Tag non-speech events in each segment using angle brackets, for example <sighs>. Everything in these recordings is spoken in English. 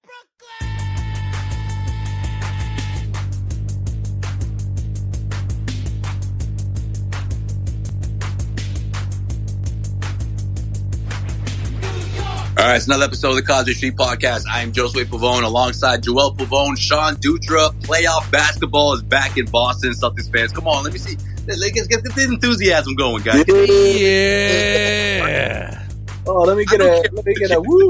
Hello, Brooklyn! All right, it's another episode of the Cosby Street Podcast. I am Josue Pavone alongside Joel Pavone, Sean Dutra. Playoff basketball is back in Boston. Celtics fans, come on, let me see. Let's let's get, get the enthusiasm going, guys. Yeah. Oh, let me I get don't a care let me what get you a woo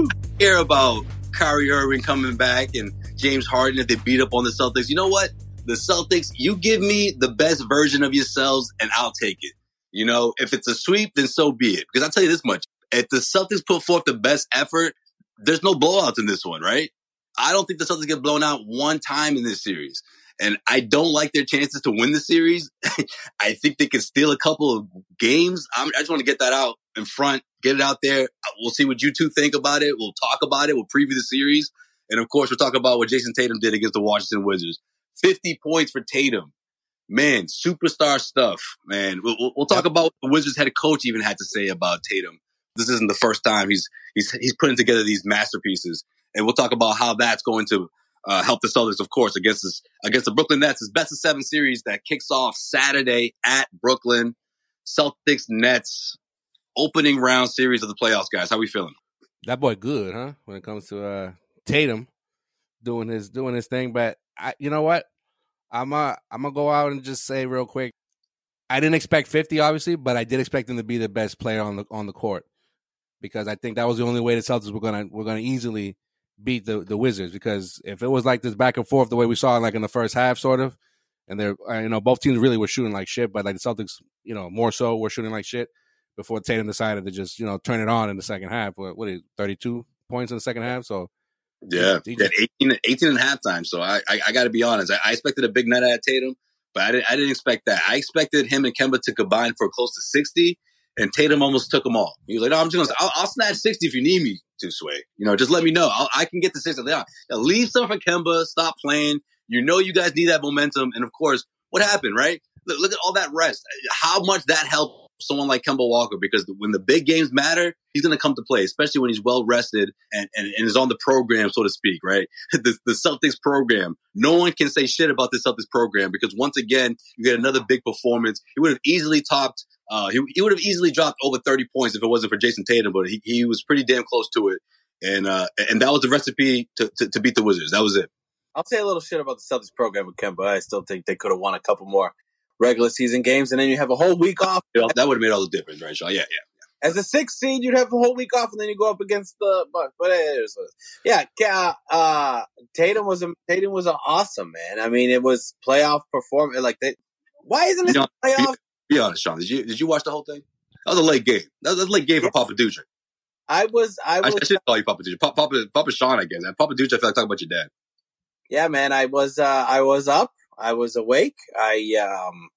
woo. Care about Kyrie Irving coming back and James Harden if they beat up on the Celtics. You know what? The Celtics, you give me the best version of yourselves, and I'll take it. You know, if it's a sweep, then so be it. Because I'll tell you this much: if the Celtics put forth the best effort, there's no blowouts in this one, right? I don't think the Celtics get blown out one time in this series. And I don't like their chances to win the series. <laughs> I think they can steal a couple of games. I'm, I just want to get that out in front, get it out there. We'll see what you two think about it. We'll talk about it. We'll preview the series. And of course, we'll talk about what Jason Tatum did against the Washington Wizards. 50 points for Tatum. Man, superstar stuff, man. We'll, we'll- we'll talk about what the Wizards head coach even had to say about Tatum. This isn't the first time he's, he's, he's putting together these masterpieces. And we'll talk about how that's going to uh, help the Celtics, of course, against this, against the Brooklyn Nets. It's best of seven series that kicks off Saturday at Brooklyn. Celtics Nets opening round series of the playoffs, guys. How we feeling? That boy good, huh? When it comes to uh Tatum doing his doing his thing, but I you know what? I'm uh I'm gonna go out and just say real quick. I didn't expect 50 obviously, but I did expect him to be the best player on the on the court because I think that was the only way the Celtics were going to were going to easily beat the the Wizards because if it was like this back and forth the way we saw it like in the first half sort of and they're uh, you know both teams really were shooting like shit, but like the Celtics, you know, more so were shooting like shit before Tatum decided to just you know turn it on in the second half. What, what is thirty two points in the second half? So Yeah, He yeah 18, 18 and halftime. So I, I, I got to be honest. I, I expected a big night out of Tatum, but I didn't, I didn't expect that. I expected him and Kemba to combine for close to 60, and Tatum almost took them all. He was like, no, I'm just going to, I'll, I'll snatch 60 if you need me to, Sway. You know, just let me know. I'll, I can get to 60. Yeah, now leave some for Kemba. Stop playing. You know, you guys need that momentum. And of course, what happened, right? Look, look at all that rest. How much that helped someone like Kemba Walker because when the big games matter, he's going to come to play, especially when he's well rested and, and, and is on the program, so to speak, right? <laughs> The, the Celtics program. No one can say shit about the Celtics program because once again, you get another big performance. He would have easily topped. Uh, he, he would have easily dropped over 30 points if it wasn't for Jason Tatum, but he, he was pretty damn close to it. And uh, and that was the recipe to, to, to beat the Wizards. That was it. I'll say a little shit about the Celtics program with Kemba. I still think they could have won a couple more regular season games, and then you have a whole week off. You know, that would have made all the difference, right, Shaw? Yeah, yeah. As a six seed, you'd have a whole week off, and then you go up against the Bucks. But it is, what it is. yeah, Ka- uh, Tatum was a, Tatum was a awesome man. I mean, it was playoff performance. Like they, why isn't it You know, playoff? Be honest, Sean. Did you did you watch the whole thing? That was a late game. That was a late game for Papa Dutra. I was, I I, was. I should call you Papa Dutra. Pa- Papa, Papa Sean, I guess. Papa Dutra, I feel like talking about your dad. <laughs> Uh, yeah, man, I was uh, I was up, I was awake. I um,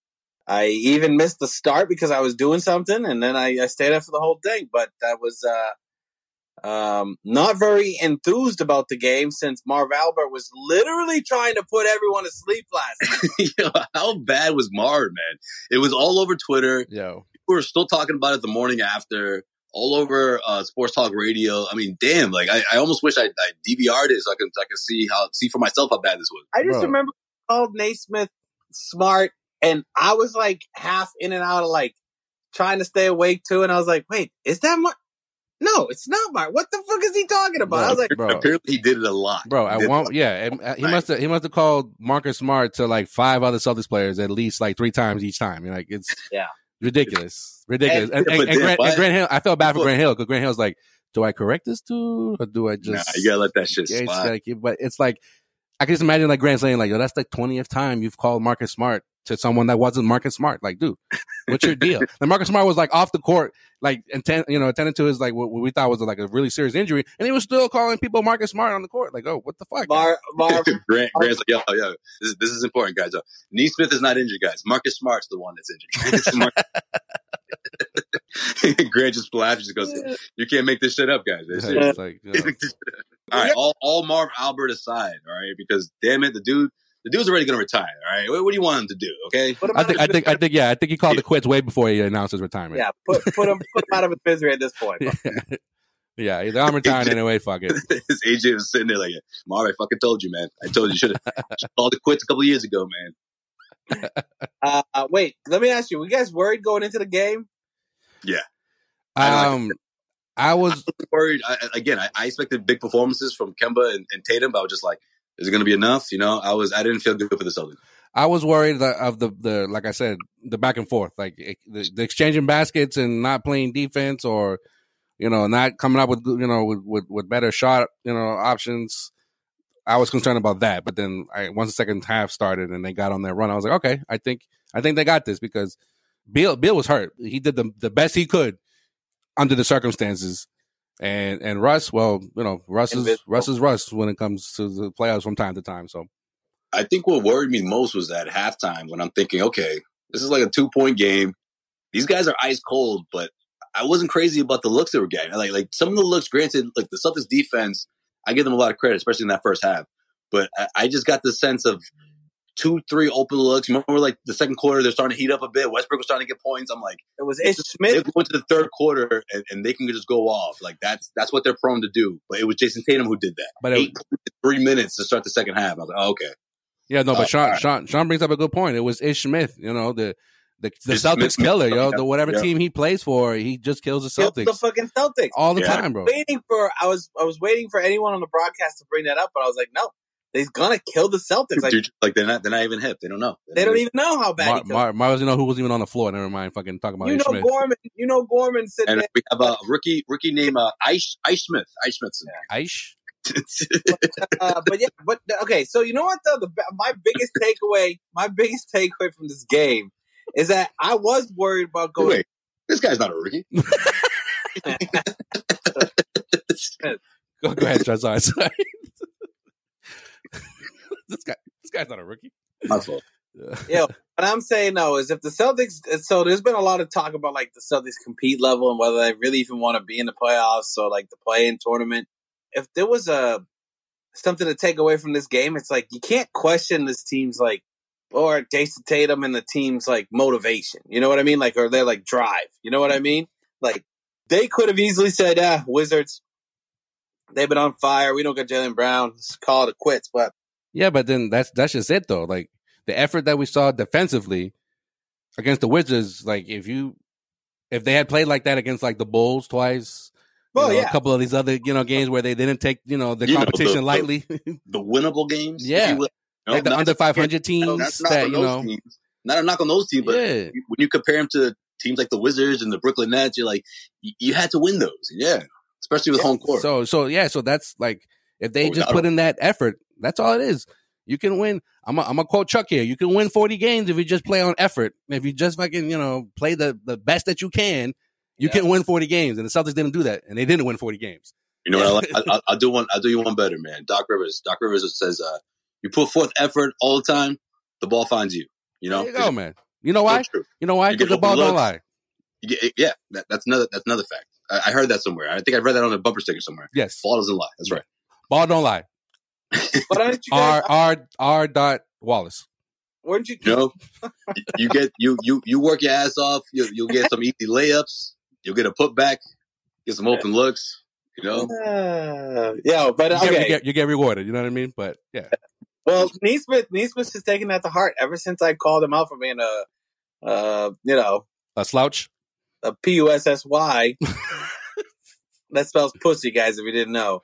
I even missed the start because I was doing something, and then I, I stayed up for the whole thing. But I was uh, um, not very enthused about the game since Marv Albert was literally trying to put everyone to sleep last night. Yo, how bad was Marv, man? It was all over Twitter. Yo, We were still talking about it the morning after, all over uh, sports talk radio. I mean, damn, like I, I almost wish I, I DVR'd it so I can I could see how see for myself how bad this was. I just Bro. remember he called Naismith smart, and I was like half in and out of like trying to stay awake too, and I was like, wait, is that Mark? No, it's not Mark. What the fuck is he talking about? I was <laughs> like, bro, Apparently, he did it a lot, bro. He At did one, it a lot. yeah, and, uh, he must have he must have called Marcus Smart to like five other Celtics players at least like three times each time. You're like, it's Yeah. ridiculous, ridiculous. And- And, and, but and then Grant, and what? Grant Hill, I felt bad for Look. Grant Hill because Grant Hill's like, do I correct this dude or do I Nah, just? you gotta let that shit Yeah, it's slide. like, but it's like I can just imagine like Grant saying like, "Yo, that's the twentieth time you've called Marcus Smart to someone that wasn't Marcus Smart." Like, dude, what's your deal? and Marcus Smart was like off the court, like intent, you know, attended to his like what, what we thought was like a really serious injury, and he was still calling people Marcus Smart on the court. Like, oh, what the fuck? Mar- <laughs> Mar- Grant, Grant's like, yo, yo, this, is- this is important, guys. Yo, Neesmith is not injured, guys. Marcus Smart's the one that's injured. It's Mar- <laughs> Grant just laughs, just goes, you can't make this shit up, guys. It's serious. <laughs> <laughs> it's like, you know, all right, all, all Marv Albert aside, all right, because damn it, the dude, the dude's already gonna retire, all right. What, what do you want him to do? Okay, <laughs> put him out I of think, I his think, I think, yeah, I think he called the quits way before he announced his retirement. Yeah, put put him put him out of his misery at this <laughs> point. bro. yeah, he's like, I'm retiring anyway. Fuck it. his agent was sitting there like, Marv, I fucking told you, man. I told you, you <laughs> should have called it quits a couple years ago, man. Uh, uh, wait, let me ask you: Were you guys worried going into the game? <laughs> I Um, I was worried. I, I- again, I, I expected big performances from Kemba and, and Tatum, but I was just like, is it going to be enough? You know, I was I didn't feel good for the Celtics. I was worried that of the the like I said the back and forth, like it- the, the exchanging baskets and not playing defense, or you know not coming up with you know with, with, with better shot you know options. I was concerned about that, but then I, once the second half started and they got on their run, I was like, okay, I think I think they got this because Bill Bill was hurt. He did the the best he could under the circumstances, and and Russ, well, you know, Russ is Invisible. Russ is Russ when it comes to the playoffs from time to time. So I think what worried me most was that halftime when I'm thinking, okay, this is like a two point game. These guys are ice cold, but I wasn't crazy about the looks they were getting. Like like some of the looks, granted, like the Celtics defense, I give them a lot of credit, especially in that first half. But I, I just got the sense of two, three open looks. Remember, like the second quarter, they're starting to heat up a bit. Westbrook was starting to get points. I'm like. It was Ish they Smith. go into the third quarter and, and they can just go off. Like that's that's what they're prone to do. But it was Jason Tatum who did that. But it- Eight points in three minutes to start the second half. I was like, oh, okay. Yeah, no, but Uh, Sean, alright. Sean Sean brings up a good point. It was Ish Smith, you know, the the, the Ish Celtics Smith- killer, yo. The whatever Yeah. team he plays for, he just kills the killed Celtics Oh. the fucking Celtics. all the Yeah. time, bro. waiting for I was I was waiting for anyone on the broadcast to bring that up, but I was like, no, they're gonna kill the Celtics. Like Dude, like they're not they're not even hip. They don't know. they don't even know how bad. he Mar, killed Mar, Mar doesn't know who was even on the floor. Never mind, fucking talking about you Ish know Smith. Gorman. You know Gorman sitting And there. we have a rookie rookie named uh, Ice Ice Smith. Ice Smithson. Ish, <laughs> Uh, but yeah, but okay. So you know what? Though the my biggest takeaway, my biggest <laughs> takeaway from this game is that I was worried about going. Wait, this guy's not a <laughs> rookie. <laughs> go, go ahead, Sean. Sorry, <laughs> sorry. this guy, this guy's not a rookie. My fault. What I'm saying though is if the Celtics, so there's been a lot of talk about like the Celtics compete level and whether they really even want to be in the playoffs or like the play-in tournament. If there was a something to take away from this game, it's like you can't question this team's like or Jason Tatum and the team's like motivation. You know what I mean? Like or their like drive. You know what I mean? Like they could have easily said, "Ah, Wizards, they've been on fire. We don't get Jalen Brown. Let's call it quits." But <laughs> Yeah, but then that's that's just it though. Like the effort that we saw defensively against the Wizards, like if you if they had played like that against like the Bulls twice, you well, know, yeah, a couple of these other you know games where they didn't take you know the You know, the- competition the- <laughs> lightly, The winnable games. if Yeah. you will. No, like the not- under five hundred teams That's not that on you those know. teams. Not a knock on those teams, but Yeah, when you compare them to teams like the Wizards and the Brooklyn Nets, you're like, you, you had to win those. Yeah. Especially with home court. so so yeah, so that's like if they Oh, just not put in that effort, that's all it is. You can win. I'm a, I'm gonna quote Chuck here. You can win forty games if you just play on effort. If you just fucking you know play the the best that you can, you Yeah. can win forty games. And the Celtics didn't do that, and they didn't win forty games. You know what I like? I, I, I'll do one. I'll do you one better, man. Doc Rivers. Doc Rivers says, uh, "You put forth effort all the time, the ball finds you." You know, there you go, man. You know why? That's true. You know why? You get Because the ball open don't looks. lie. Yeah, yeah, that, that's another that's another fact. I, I heard that somewhere. I think I read that on a bumper sticker somewhere. Yes, Ball doesn't lie. That's right. ball don't lie. But aren't <laughs> you guys, R R R dot Wallace. weren't you? You know, you get you you you work your ass off. You, you'll get some easy layups. You'll get a putback. Get some open looks. You know, Uh, yeah, but You get, you, okay. get, you get rewarded. You know what I mean? But yeah, Well, Neesmith, Neesmith has taken that to heart ever since I called him out for being a, uh, you know, a <laughs> slouch. a P U S S <laughs> Y. That spells pussy, guys. If you didn't know,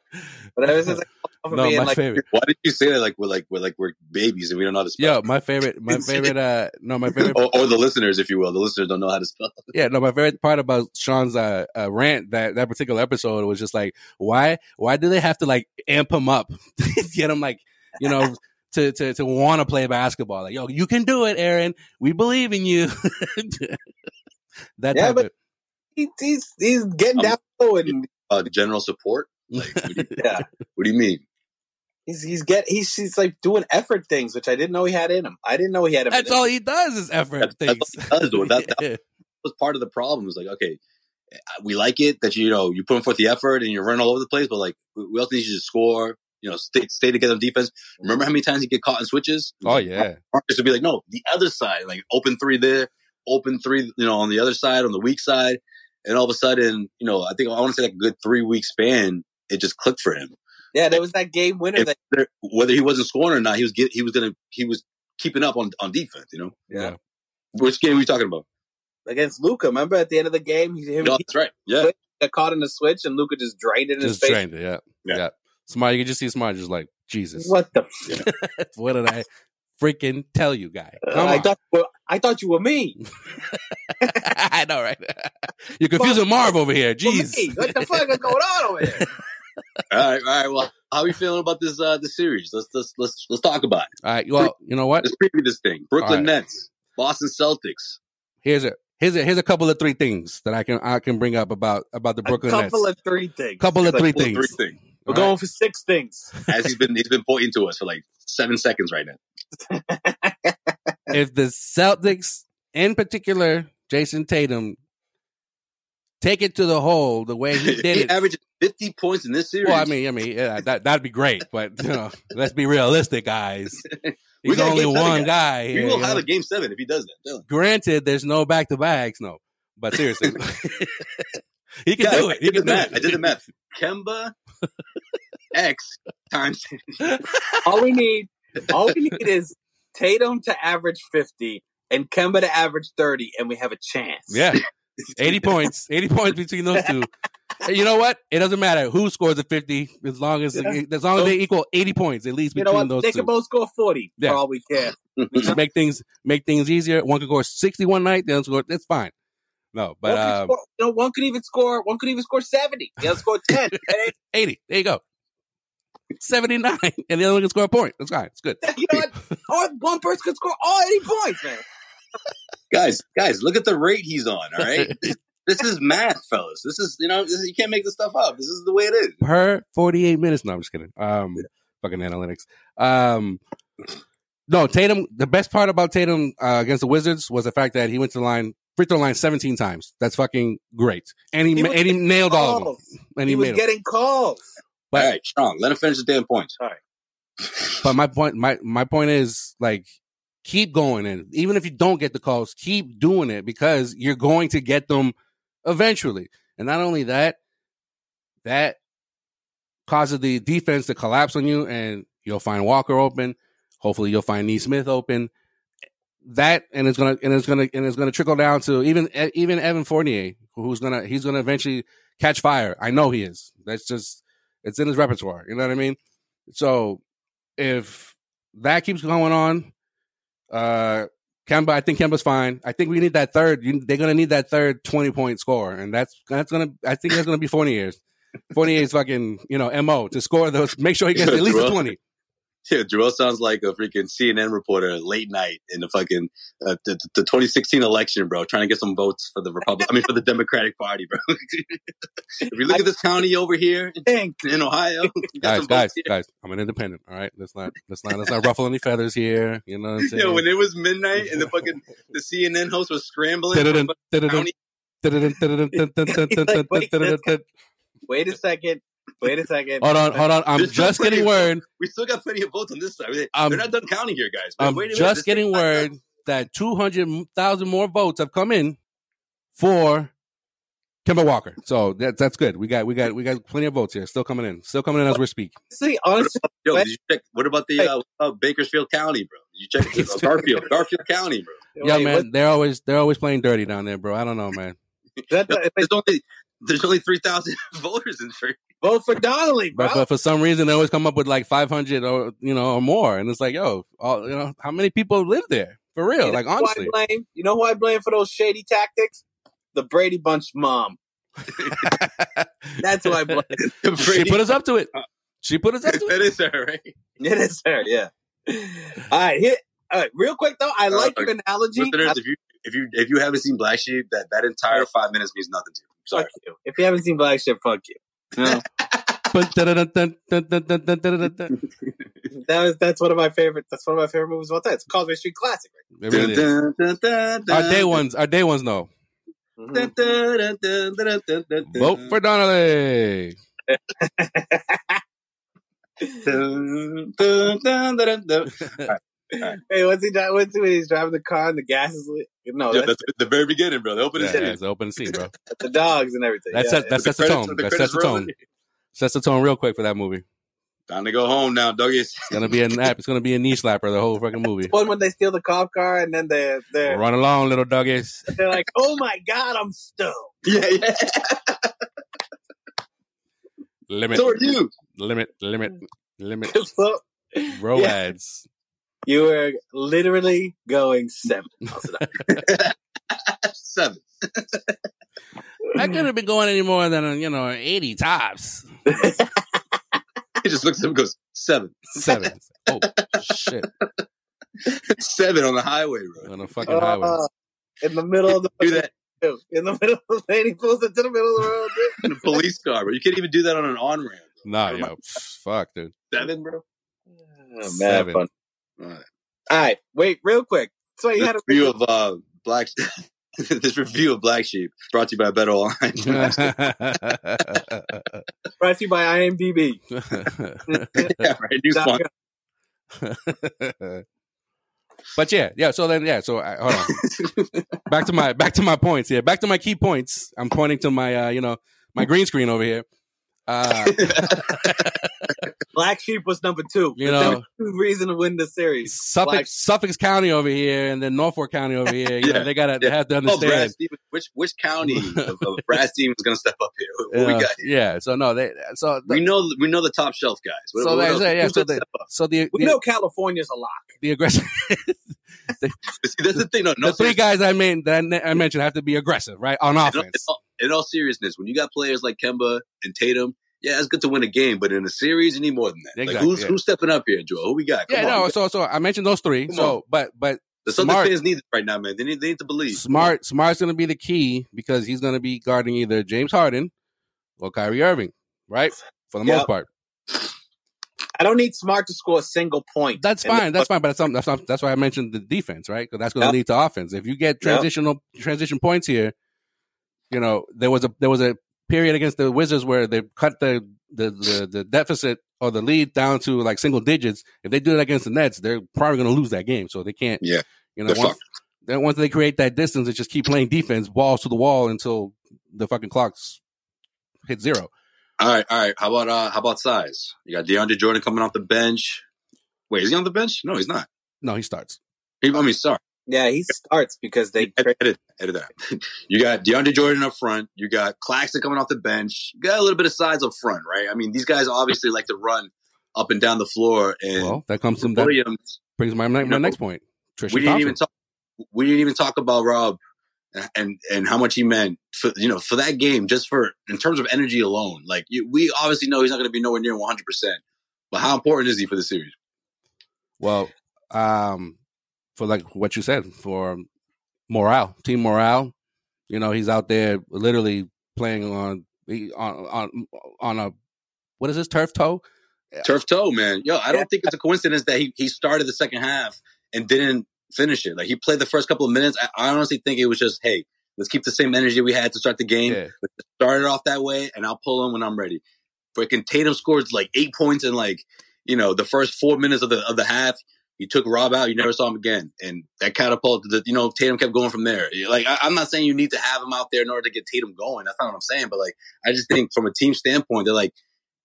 but ever since I called him out for No, being my like, favorite. why did you say that? Like we're like we're like we're babies and we don't know how to spell. Yo, my <laughs> favorite. My favorite. Uh, no, my favorite. or, or the listeners, if you will, the listeners don't know how to spell. Yeah, no, my favorite part about Sean's uh, uh, rant that that particular episode was just like, why, why do they have to like amp him up, <laughs> get him like, you know, to to to want to play basketball? Like, yo, you can do it, Aaron. We believe in you. <laughs> that Yeah, type but- of he, he's he's getting I'm- down low and Uh, general support. Like, what <laughs> do, you, yeah, what do you mean? he's he's get he's he's like doing effort things, which I didn't know he had in him. I didn't know he had him. that's in all him. he does is effort That's- that's things. all he does, though. That- <laughs> Yeah. was part of the problem. Is like, okay, eh, we like it that you, you know you put forth the effort and you're running all over the place, but like we we also need you to score. You know, stay, stay together on defense. Remember how many times you get caught in switches? Oh yeah, Marcus would be like, no, the other side, like open three there, open three, you know, on the other side, on the weak side, and all of a sudden, you know, I think I want to say like a good three week span, it just clicked for him. Yeah, there was that game winner If that there, whether he wasn't scoring or not, he was get, he was gonna he was keeping up on on defense. You know, yeah. which game are we talking about? against Luca. Remember at the end of the game, he, him, No, he that's right. <laughs> Yeah, got caught in the switch, and Luca just drained it in Just his face. trained it. Yeah. yeah, Yeah. Smart. You can just see smart. Just like Jesus. <laughs> What, What the? F- did I freaking tell you, guy? Come Uh, I on. thought well, I thought you were me. <laughs> I know, right? <laughs> You're confusing Marv over here. You were <laughs> Jeez. me. What the fuck is going on over here? All right, all right. Well, how are you feeling about this uh this series? Let's let's let's let's talk about it. <laughs> All right. Well, you know what? Let's preview this thing. Brooklyn All Nets, Boston Celtics. Here's a here's a here's a couple of three things that I can I can bring up about about the <laughs> Brooklyn a couple Nets. of three things. couple of Like, three well, things. Three thing. We're All going right. for six things. As he's been he's been pointing to us for like seven seconds right now. If the Celtics, in particular, Jason Tatum, take it to the hole the <laughs> <laughs> way he If did he it. averages fifty points in this series. Well, I mean, I mean, yeah, that that'd be great, but you know, <laughs> let's be <laughs> realistic, guys. He's gotta only get another one guy. guy. we here, will you have know? a game seven if he does that. I'm telling you. Granted, there's no back to backs, no. <laughs> But seriously, <laughs> he can Yeah, do I, it. I He did can the do math. it. I did the <laughs> math. Kemba X times All we need, all we need is Tatum to average fifty and Kemba to average thirty, and we have a chance. <laughs> Yeah. 80 points. 80 points between those two. And you know what? It doesn't matter who scores a 50 as long as Yeah. as long as they equal 80 points at least You between know what? those They two. can both score forty Yeah. for all we care. Just make things make things easier. One can score 61 night, the other score that's fine. No, but one could um, score, no one could even score. One could even score seventy. The other score ten. <laughs> And 80. There you go. 79 <laughs> and the other one can score a point. That's fine. It's good. then, you know what? Or one person could score all eighty points, man. guys, guys, look at the rate he's on, all <laughs> right? this is math, fellas. This is you know, this is, you can't make this stuff up. This is the way it is. per 48 minutes. No, I'm just kidding. Um, fucking analytics. Um, no, Tatum. The best part about Tatum uh, against the Wizards was the fact that he went to the line, free throw line, 17 times. That's fucking great. And he, He ma- was and he nailed all of them. Calls. And He he, was made 'em. getting calls. But- all right, strong. Let him finish the damn points. But my point, my my point is like, keep going, and even if you don't get the calls, keep doing it because you're going to get them eventually. And not only that, that causes the defense to collapse on you, and you'll find Walker open. Hopefully, you'll find Nee Smith open. That and it's gonna and it's gonna and it's gonna trickle down to even E, even Evan Fournier, who's gonna he's gonna eventually catch fire. I know he is. That's just it's in his repertoire. You know what I mean? So if that keeps going on, uh, Kemba, I think Kemba's fine. I think we need that third. You, they're gonna need that third twenty point score, and that's that's gonna. I think that's gonna be forty years. Forty years, fucking you know, mo to score those. Make sure he gets at least a Well- twenty. <laughs> Yeah, Jarrell sounds like a freaking CNN reporter late night in the fucking uh, the, the 2016 election, bro, trying to get some votes for the Republic. I mean, for the Democratic Party, bro. <laughs> if you look at this county over here Think. in Ohio, <laughs> we got guys, some guys, votes here. <laughs> guys. I'm an independent. All right, let's not let's not let's not ruffle any feathers here. You know what I'm saying? <laughs> Yeah, when it was midnight and the fucking the CNN host was <laughs> scrambling, for Dun-dun-dun, fucking dun-dun-dun, county- dun-dun-dun, dun-dun-dun, dun-dun-dun, <laughs> Like, wait, dun-dun-dun. Wait a second. Wait a second. Hold on, hold on. I'm There's just no way. getting <laughs> word. we still got plenty of votes on this side. They're Um, not done counting here, guys. I'm Wait a minute, just this getting thing's not done. word that 200,000 more votes have come in for Kimber Walker. So that, that's good. We got we got we got plenty of votes here. Still coming in. Still coming in as we speak. Honestly, honestly, Yo, did you check? What about the uh, uh, Bakersfield County, bro? You <laughs> check uh, Garfield, Garfield County, bro. yeah, wait, man. what- They're always they're always playing dirty down there, bro. I don't know, man. that- Yo, that- There's only there's only three thousand <laughs> voters in Jersey. vote for Donnelly, bro. But, but for some reason they always come up with like 500 or you know or more and it's like, yo, all, you know, how many people live there? For You real? know like who I honestly. blame? You know who I blame for those shady tactics? The Brady Bunch mom. <laughs> That's who I blame. she put us up to it. She put us <laughs> up to it. that is her, right? It is her, yeah. All right, here, all right, real quick though, I like your analogy. Listeners, if you if you if you haven't seen Black Sheep, that that entire five minutes means nothing to you. I'm fuck Sorry. you. If you haven't seen Black Ship, fuck you. No, It that was that's one of my favorite. That's one of my favorite movies of all time. It's a Causeway Street classic. really is. Dun, dun, dun, dun, Our day ones, our day ones know. Right? Mm-hmm. Dun, dun, dun, dun, dun, dun, dun, dun. Vote for Donnelly. Dun, dun, dun, dun, <laughs> dun. Hey, what's he? dri- What's he when he's driving the car and the gas is lit? No, Yo, that's, Oh, that's the very beginning, bro. The opening Yeah, scene. it's open scene, bro. the dogs and everything. That yeah, sets yeah. that sets the credits- tone. the That credits sets the rolling. tone. Sets the tone real quick for that movie. Time to go home now, Dougies. It's gonna be a nap. It's gonna be a knee slapper. The whole fucking movie. one when they steal the cop car and then they they Run along, little doggies. they're like, oh my god, I'm stoned. <laughs> Yeah, yeah. Limit, So are you. limit, limit, limit. So Row <laughs> Yeah. ads. you were literally going seven. miles <laughs> an hour. Seven. I could have been going any more than you know eighty tops. He just looks at him and goes, seven. <laughs> Seven. <laughs> Oh shit! Seven on the highway, bro. On the fucking Uh-huh. highway. Uh, in the middle of the Do that in the middle of the lady pulls into the middle of the road. in dude. a police car, bro. You can't even do that on an on ramp. Nah, yo, fuck, <laughs> dude. Seven, bro. Oh, man, Seven. fun. All right. All right, wait, real quick. So you This had a review of uh, Black. <laughs> this review of Black Sheep brought to you by Better Online. <laughs> <laughs> brought to you by IMDb. yeah, right. New sponsor. but yeah, yeah. So then, yeah. So I, hold on. back to my back to my points here. Back to my key points. I'm pointing to my uh, you know my green screen over here. <laughs> Uh, Black Sheep was number two. You But that know- was the reason to win the series. Suffolk Black- Suffolk County over here, and then Norfolk County over here. You Yeah, know, they gotta they yeah. have to Oh, Brad understand. Stevens. Which which county of, <laughs> of Brad Stevens is going to step up here? What what Uh, we got here? yeah. So no, they so We know we know the top shelf guys. What, so what they else? say yeah. Who's So gonna the step up? <laughs> so the We the, know California's a lot. the aggressive See, that's the thing. No, no the seriously. three guys I mean that I ne- I mentioned have to be aggressive, right, on in all, in, offense. all, in all seriousness, when you got players like Kemba and Tatum, yeah, it's good to win a game, but in a series, you need more than that. like Exactly, who's yeah. who's stepping up here, Joel? Who we got? Come Yeah, on, no. we got- So so I mentioned those three. Come so but but the Celtics smart. fans need it right now, man. They need they need to believe. Smart, smart's going to be the key because he's going to be guarding either James Harden or Kyrie Irving, right? For the Yep. most part, I don't need Smart to score a single point. that's in the- fine. That's fine. But that's something- that's not, that's why I mentioned the defense, right? Because that's going to Yep. lead to offense. If you get transitional transition points here, you know there was a there was a period against the Wizards where they cut the the the, the deficit or the lead down to like single digits. If they do that against the Nets, they're probably going to lose that game. So they can't. Yeah. you know They're once, then once they create that distance, it's just keep playing defense, balls to the wall until the fucking clocks hit zero. All right, all right. How about uh how about size? You got DeAndre Jordan coming off the bench. Wait, is he on the bench? No, he's not. No, he starts. He, I mean, sorry. Yeah, he starts because they. Edit, edit, edit that. <laughs> out. You got DeAndre Jordan up front. You got Claxton coming off the bench. You got a little bit of size up front, right? I mean, these guys obviously like to run up and down the floor. And Well, that comes from that Williams, brings my my know, next point. Trisha we didn't Thompson. even talk. We didn't even talk about Rob and and how much he meant for you know for that game just for in terms of energy alone. Like you, we obviously know he's not going to be nowhere near 100, percent but how important is he for the series? Well, um, for like what you said, for morale, team morale. You know, he's out there literally playing on he- on on on a what is this turf toe? Turf toe, man. Yo, I don't think it's a coincidence that he, he started the second half and didn't finish it. Like he played the first couple of minutes. I, I honestly think it was just, hey, let's keep the same energy we had to start the game. Yeah. Let's just <laughs> start it off that way, and I'll pull him when I'm ready. Freaking Tatum scored like eight points in like you know the first four minutes of the of the half. You took Rob out, you never saw him again, and that catapulted. The, you know, Tatum kept going from there. Like I, I'm not saying you need to have him out there in order to get Tatum going. That's not what I'm saying. But like I just think from a team standpoint, they're like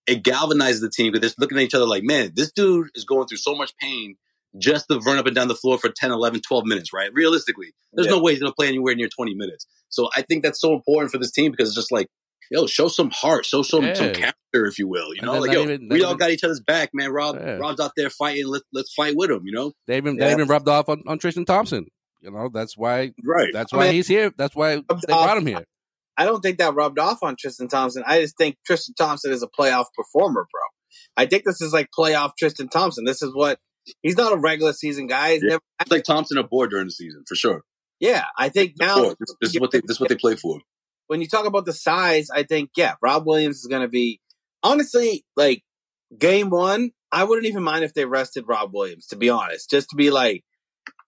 it galvanizes the team because they're just looking at each other like, man, this dude is going through so much pain just to run up and down the floor for 10, 11, 12 minutes, right? Realistically, there's Yeah. no way he's going to play anywhere near 20 minutes. So I think that's so important for this team because it's just like, yo, show some heart, show some, some Yeah. character, if you will. You And know, then like, not yo, even- we not all even- got each other's back, man. Rob, Yeah. Rob's out there fighting. Let's, let's fight with him, you know? They even Yeah. they even rubbed off on, on Tristan Thompson. You know, that's why Right. that's I why mean- he's here. That's why they brought him here. I don't think that rubbed off on Tristan Thompson. I just think Tristan Thompson is a playoff performer, bro. I think this is like playoff Tristan Thompson. This is what he's not a regular season guy. He's Yeah. never, It's like Thompson aboard during the season, for sure. yeah, I think now Sure. This, this is what they, this is what they play for. when you talk about the size, I think yeah, Rob Williams is going to be honestly like game one. I wouldn't even mind if they rested Rob Williams, to be honest, just to be like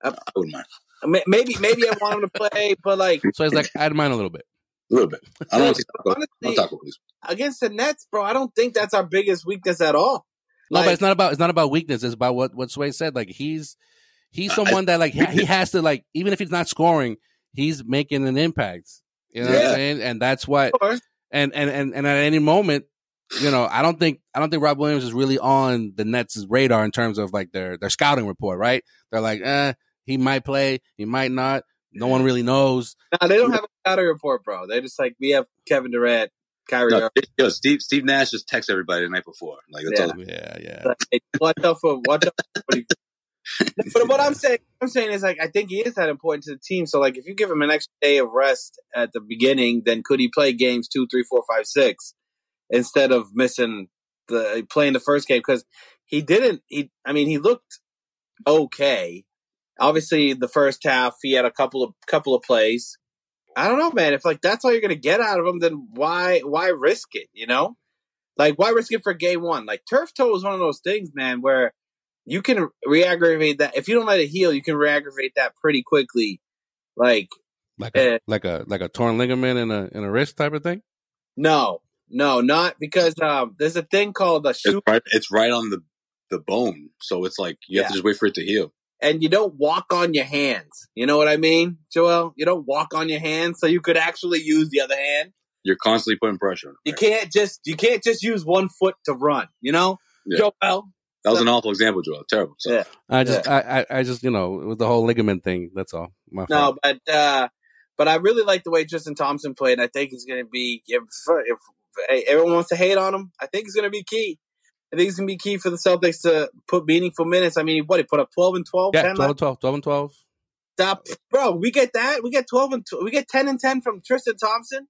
I wouldn't mind. ma- maybe maybe I want him to play, but <laughs> like So he's like, I'd mind a little bit. A little bit. I don't want to talk about honestly, taco, please. against the Nets, bro, I don't think that's our biggest weakness at all. No, Like- but it's not about it's not about weakness. It's about what what Sway said. Like he's he's I- someone that like ha- he weakness. has to like even if he's not scoring, he's making an impact. You know what I'm Yeah. saying? And that's what Sure. and and and, and at any moment, you know, I don't think I don't think Rob Williams is really on the Nets' radar in terms of like their their scouting report. Right? They're like, eh, he might play, he might not. No one really knows. No, they don't have a scouting report, bro. They're just like we have Kevin Durant, Kyrie. No, Irving. yo, Steve Steve Nash just texts everybody the night before. Like that's Yeah. all. Yeah, yeah. Like, hey, watch out for watch out. For what he- <laughs> but what I'm saying, what I'm saying is like I think he is that important to the team. So like if you give him an extra day of rest at the beginning, then could he play games two, three, four, five, six instead of missing the playing the first game? Because he didn't. He I mean he looked okay. Obviously, the first half he had a couple of couple of plays. I don't know, man. If like that's all you're gonna get out of him, then why why risk it? You know, like why risk it for game one? Like turf toe is one of those things, man, where you can re-aggravate that if you don't let it heal. You can re-aggravate that pretty quickly. Like Like a, Eh. like a like a torn ligament in a in a wrist type of thing. no, no, not because um, there's a thing called a It's shoe, right, it's right on the the bone, so it's like you have Yeah. to just wait for it to heal. and you don't walk on your hands. You know what I mean, Joel? You don't walk on your hands, so you could actually use the other hand. You're constantly putting pressure. on it, You right? can't just you can't just use one foot to run. You know, Yeah. Joel. That was an awful example, Joel. Terrible. So, Yeah. I just, I, I, I just, you know, with the whole ligament thing. That's all. My No, fault. but uh, but I really like the way Tristan Thompson played. and I think he's going to be if, if hey, everyone wants to hate on him, I think he's going to be key. I think he's going to be key for the Celtics to put meaningful minutes. I mean, what he put up twelve and 12, yeah, 10 12, 12, 12 and twelve. Stop, bro. We get that. We get twelve and tw- we get ten and ten from Tristan Thompson,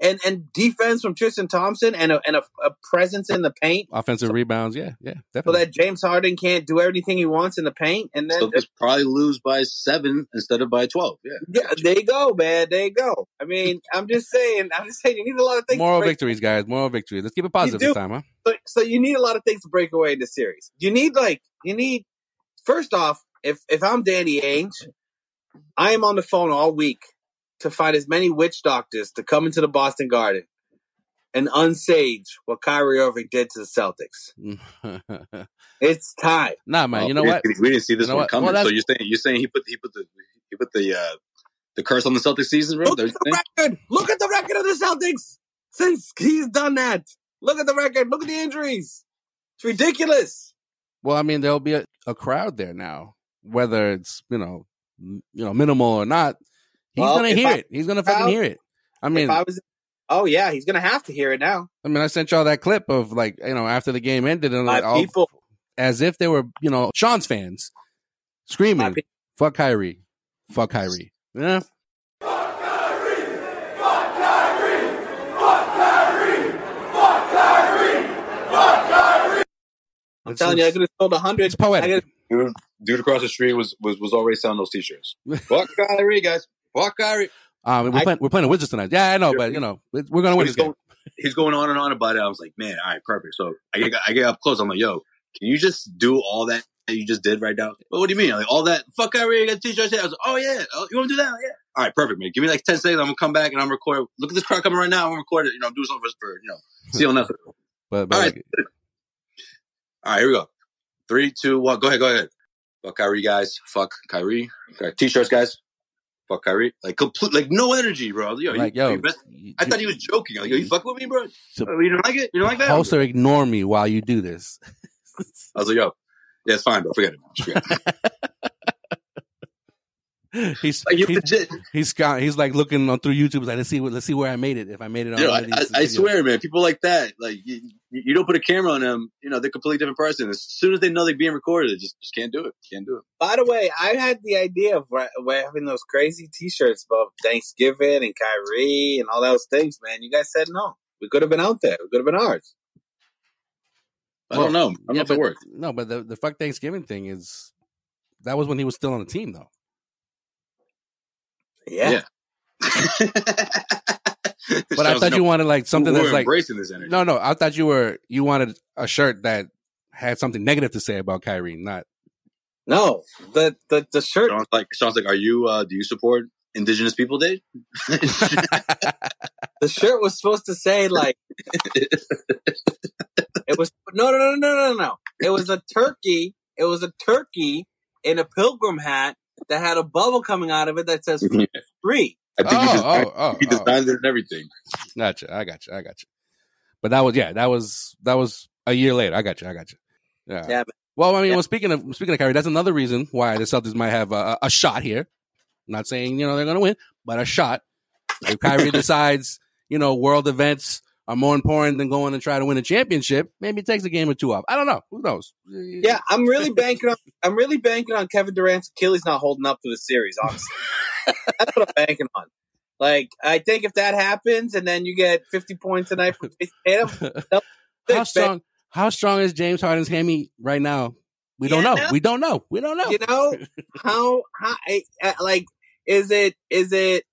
and and defense from Tristan Thompson, and a, and a, a presence in the paint Offensive rebounds. Yeah, yeah, so definitely. that James Harden can't do everything he wants in the paint, and then so just probably lose by seven instead of by twelve. Yeah. Yeah, there you go, man. There you go. I mean, I'm just saying. I'm just saying. You need a lot of things. moral to break, victories, guys. Moral victories. Let's keep it positive do. this time, huh? <laughs> so, so you need a lot of things to break away in the series. You need like you need. First off, if if I'm Danny Ainge, I am on the phone all week to find as many witch doctors to come into the Boston Garden and unsage what Kyrie Irving did to the Celtics. It's time. nah, man. Well, you know we what? Didn't, see- we didn't see this You know one what? coming. Well, so that's- you're saying you're saying he put he put the he put the uh, the curse on the Celtics season, bro? Look They're at the record. Look at the record of the Celtics since he's done that. Look at the record. Look at the injuries. It's ridiculous. Well, I mean, there'll be a, a crowd there now, whether it's you know, m- you know, minimal or not. He's Well, gonna if hear I- it. He's gonna fucking Well, hear it. I If mean, I I, was, oh yeah, he's gonna have to hear it now. mean, I sent y'all that clip of like you know after the game ended and My like, oh, all, people, as if they were you know Sean's fans my screaming, pe- "Fuck Kyrie, fuck Kyrie." Yeah, I'm telling you, I could have sold a hundred. it's poetic. Dude, dude across the street was was, was already selling those <laughs> t-shirts. Fuck Kyrie, guys. Fuck Kyrie. Um, we're, I- playing, we're playing the Wizards tonight. Yeah, I know, but you know, it- we're gonna win But he's this game. going, he's going on and on about it. I was like, man, all right, perfect. So I get, I get up close. I'm like, yo, can you just do all that you just did right now? Well, what do you mean? Like all that? Fuck Kyrie, I got t-shirts. I was like, oh yeah, oh, you want to do that? Oh, yeah. All right, perfect, man. Give me like ten seconds. I'm gonna come back and I'm record. Look at this crowd coming right now. I'm gonna record it. You know, I'm doing something for you know, see on nothing. But, but All like, right. All right, here we go. Three, two, one. Go ahead, go ahead. Fuck Kyrie, guys. Fuck Kyrie. Okay. T-shirts, guys. Fuck Kyrie. Like complete, like no energy, bro. Yo, you- like, yo, you best- I thought he was joking. Like, yo, you fuck with me, bro. So- Oh, you don't like it? You don't like that? also ignore me while you do this. <laughs> I was like, yo, yeah, it's fine, bro. Forget it. man. Just Forget it. he's Like, you're he's, legit. he's scout- he's like looking on through YouTube. He's Like, let's see what let's see where I made it. If I made it on, Yo, one I, of I, these I videos. swear, man. People like that, like you, you you don't put a camera on them. You know, they're a completely different person. As soon as they know they're being recorded, they just just can't do it. Can't do it. By the way, I had the idea of ra- of having those crazy T-shirts about Thanksgiving and Kyrie and all those things, man. You guys said no. We could have been out there. We could have been ours. I Well, don't know. I'm yeah, not for but- work. No, but the the fuck Thanksgiving thing is that was when he was still on the team though. Yeah. Yeah. <laughs> But I thought you wanted like something we're that's like embracing this energy. no, no. I thought you were you wanted a shirt that had something negative to say about Kyrie, not No, the the the shirt. Sean's like, Sean's like, are you? Uh, do you support Indigenous People Day? The shirt was supposed to say like it was. No, no, no, no, no, no. It was a turkey. It was a turkey in a pilgrim hat that had a bubble coming out of it that says Yeah. free. I think Oh, he designed, oh, oh, he oh. designed it and everything. Gotcha. I got you. I got you. But that was yeah. That was that was a year later. I got you. I got you. Yeah. Yeah, but- well, I mean, yeah. well, speaking of speaking of Kyrie, that's another reason why the Celtics might have a, a shot here. not saying you know they're going to win, but a shot. If <laughs> Kyrie decides you know world events are more important than going and try to win a championship, maybe he takes a game or two off. I don't know. Who knows? Yeah, <laughs> I'm really banking on I'm really banking on Kevin Durant's Achilles not holding up to the series, honestly. That's what I'm banking on. Like, I think if that happens and then you get 50 points tonight from Jason Tatum, they'll- How strong? How strong is James Harden's hammy right now? We don't Yeah. know. We don't know. We don't know. <laughs> you know how how I, I- like is it is it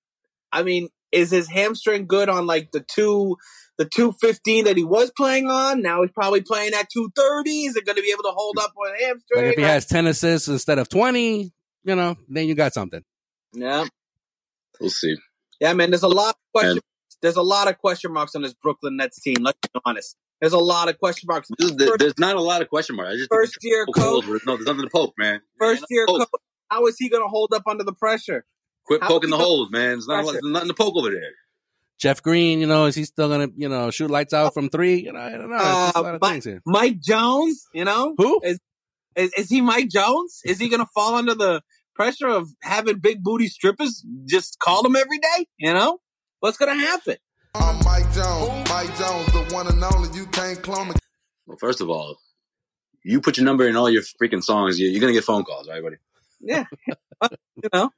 I mean, is his hamstring good on like the 2 the 215 that he was playing on? Now he's probably playing at 230. Is it going to be able to hold up on a hamstring? Like if he has ten assists instead of twenty, you know, then you got something. no. We'll see. Yeah, man. There's a lot of question. And- there's a lot of question marks on this Brooklyn Nets team. Let's be honest. There's a lot of question marks. This is- there- There's not a lot of question marks. I just think First it's year Pope coach. There's, no, there's nothing to poke, man. First year Oh. coach. How is he going to hold up under the pressure? Quit How- poking the holes, man. There's, not a lot, there's nothing to poke over there. Jeff Green, you know, is he still gonna, you know, shoot lights out from three? You know, I don't know. It's just a Uh, lot of but- things here. Mike Jones, you know, Who? is, is he Mike Jones? Is he going to fall under the pressure of having big booty strippers just call him every day? You know, what's going to happen? I'm Mike Jones. Mike Jones, the one and only. You can't clone the Well, first of all, you put your number in all your freaking songs. You, you're gonna get phone calls, right, buddy? Yeah, you know,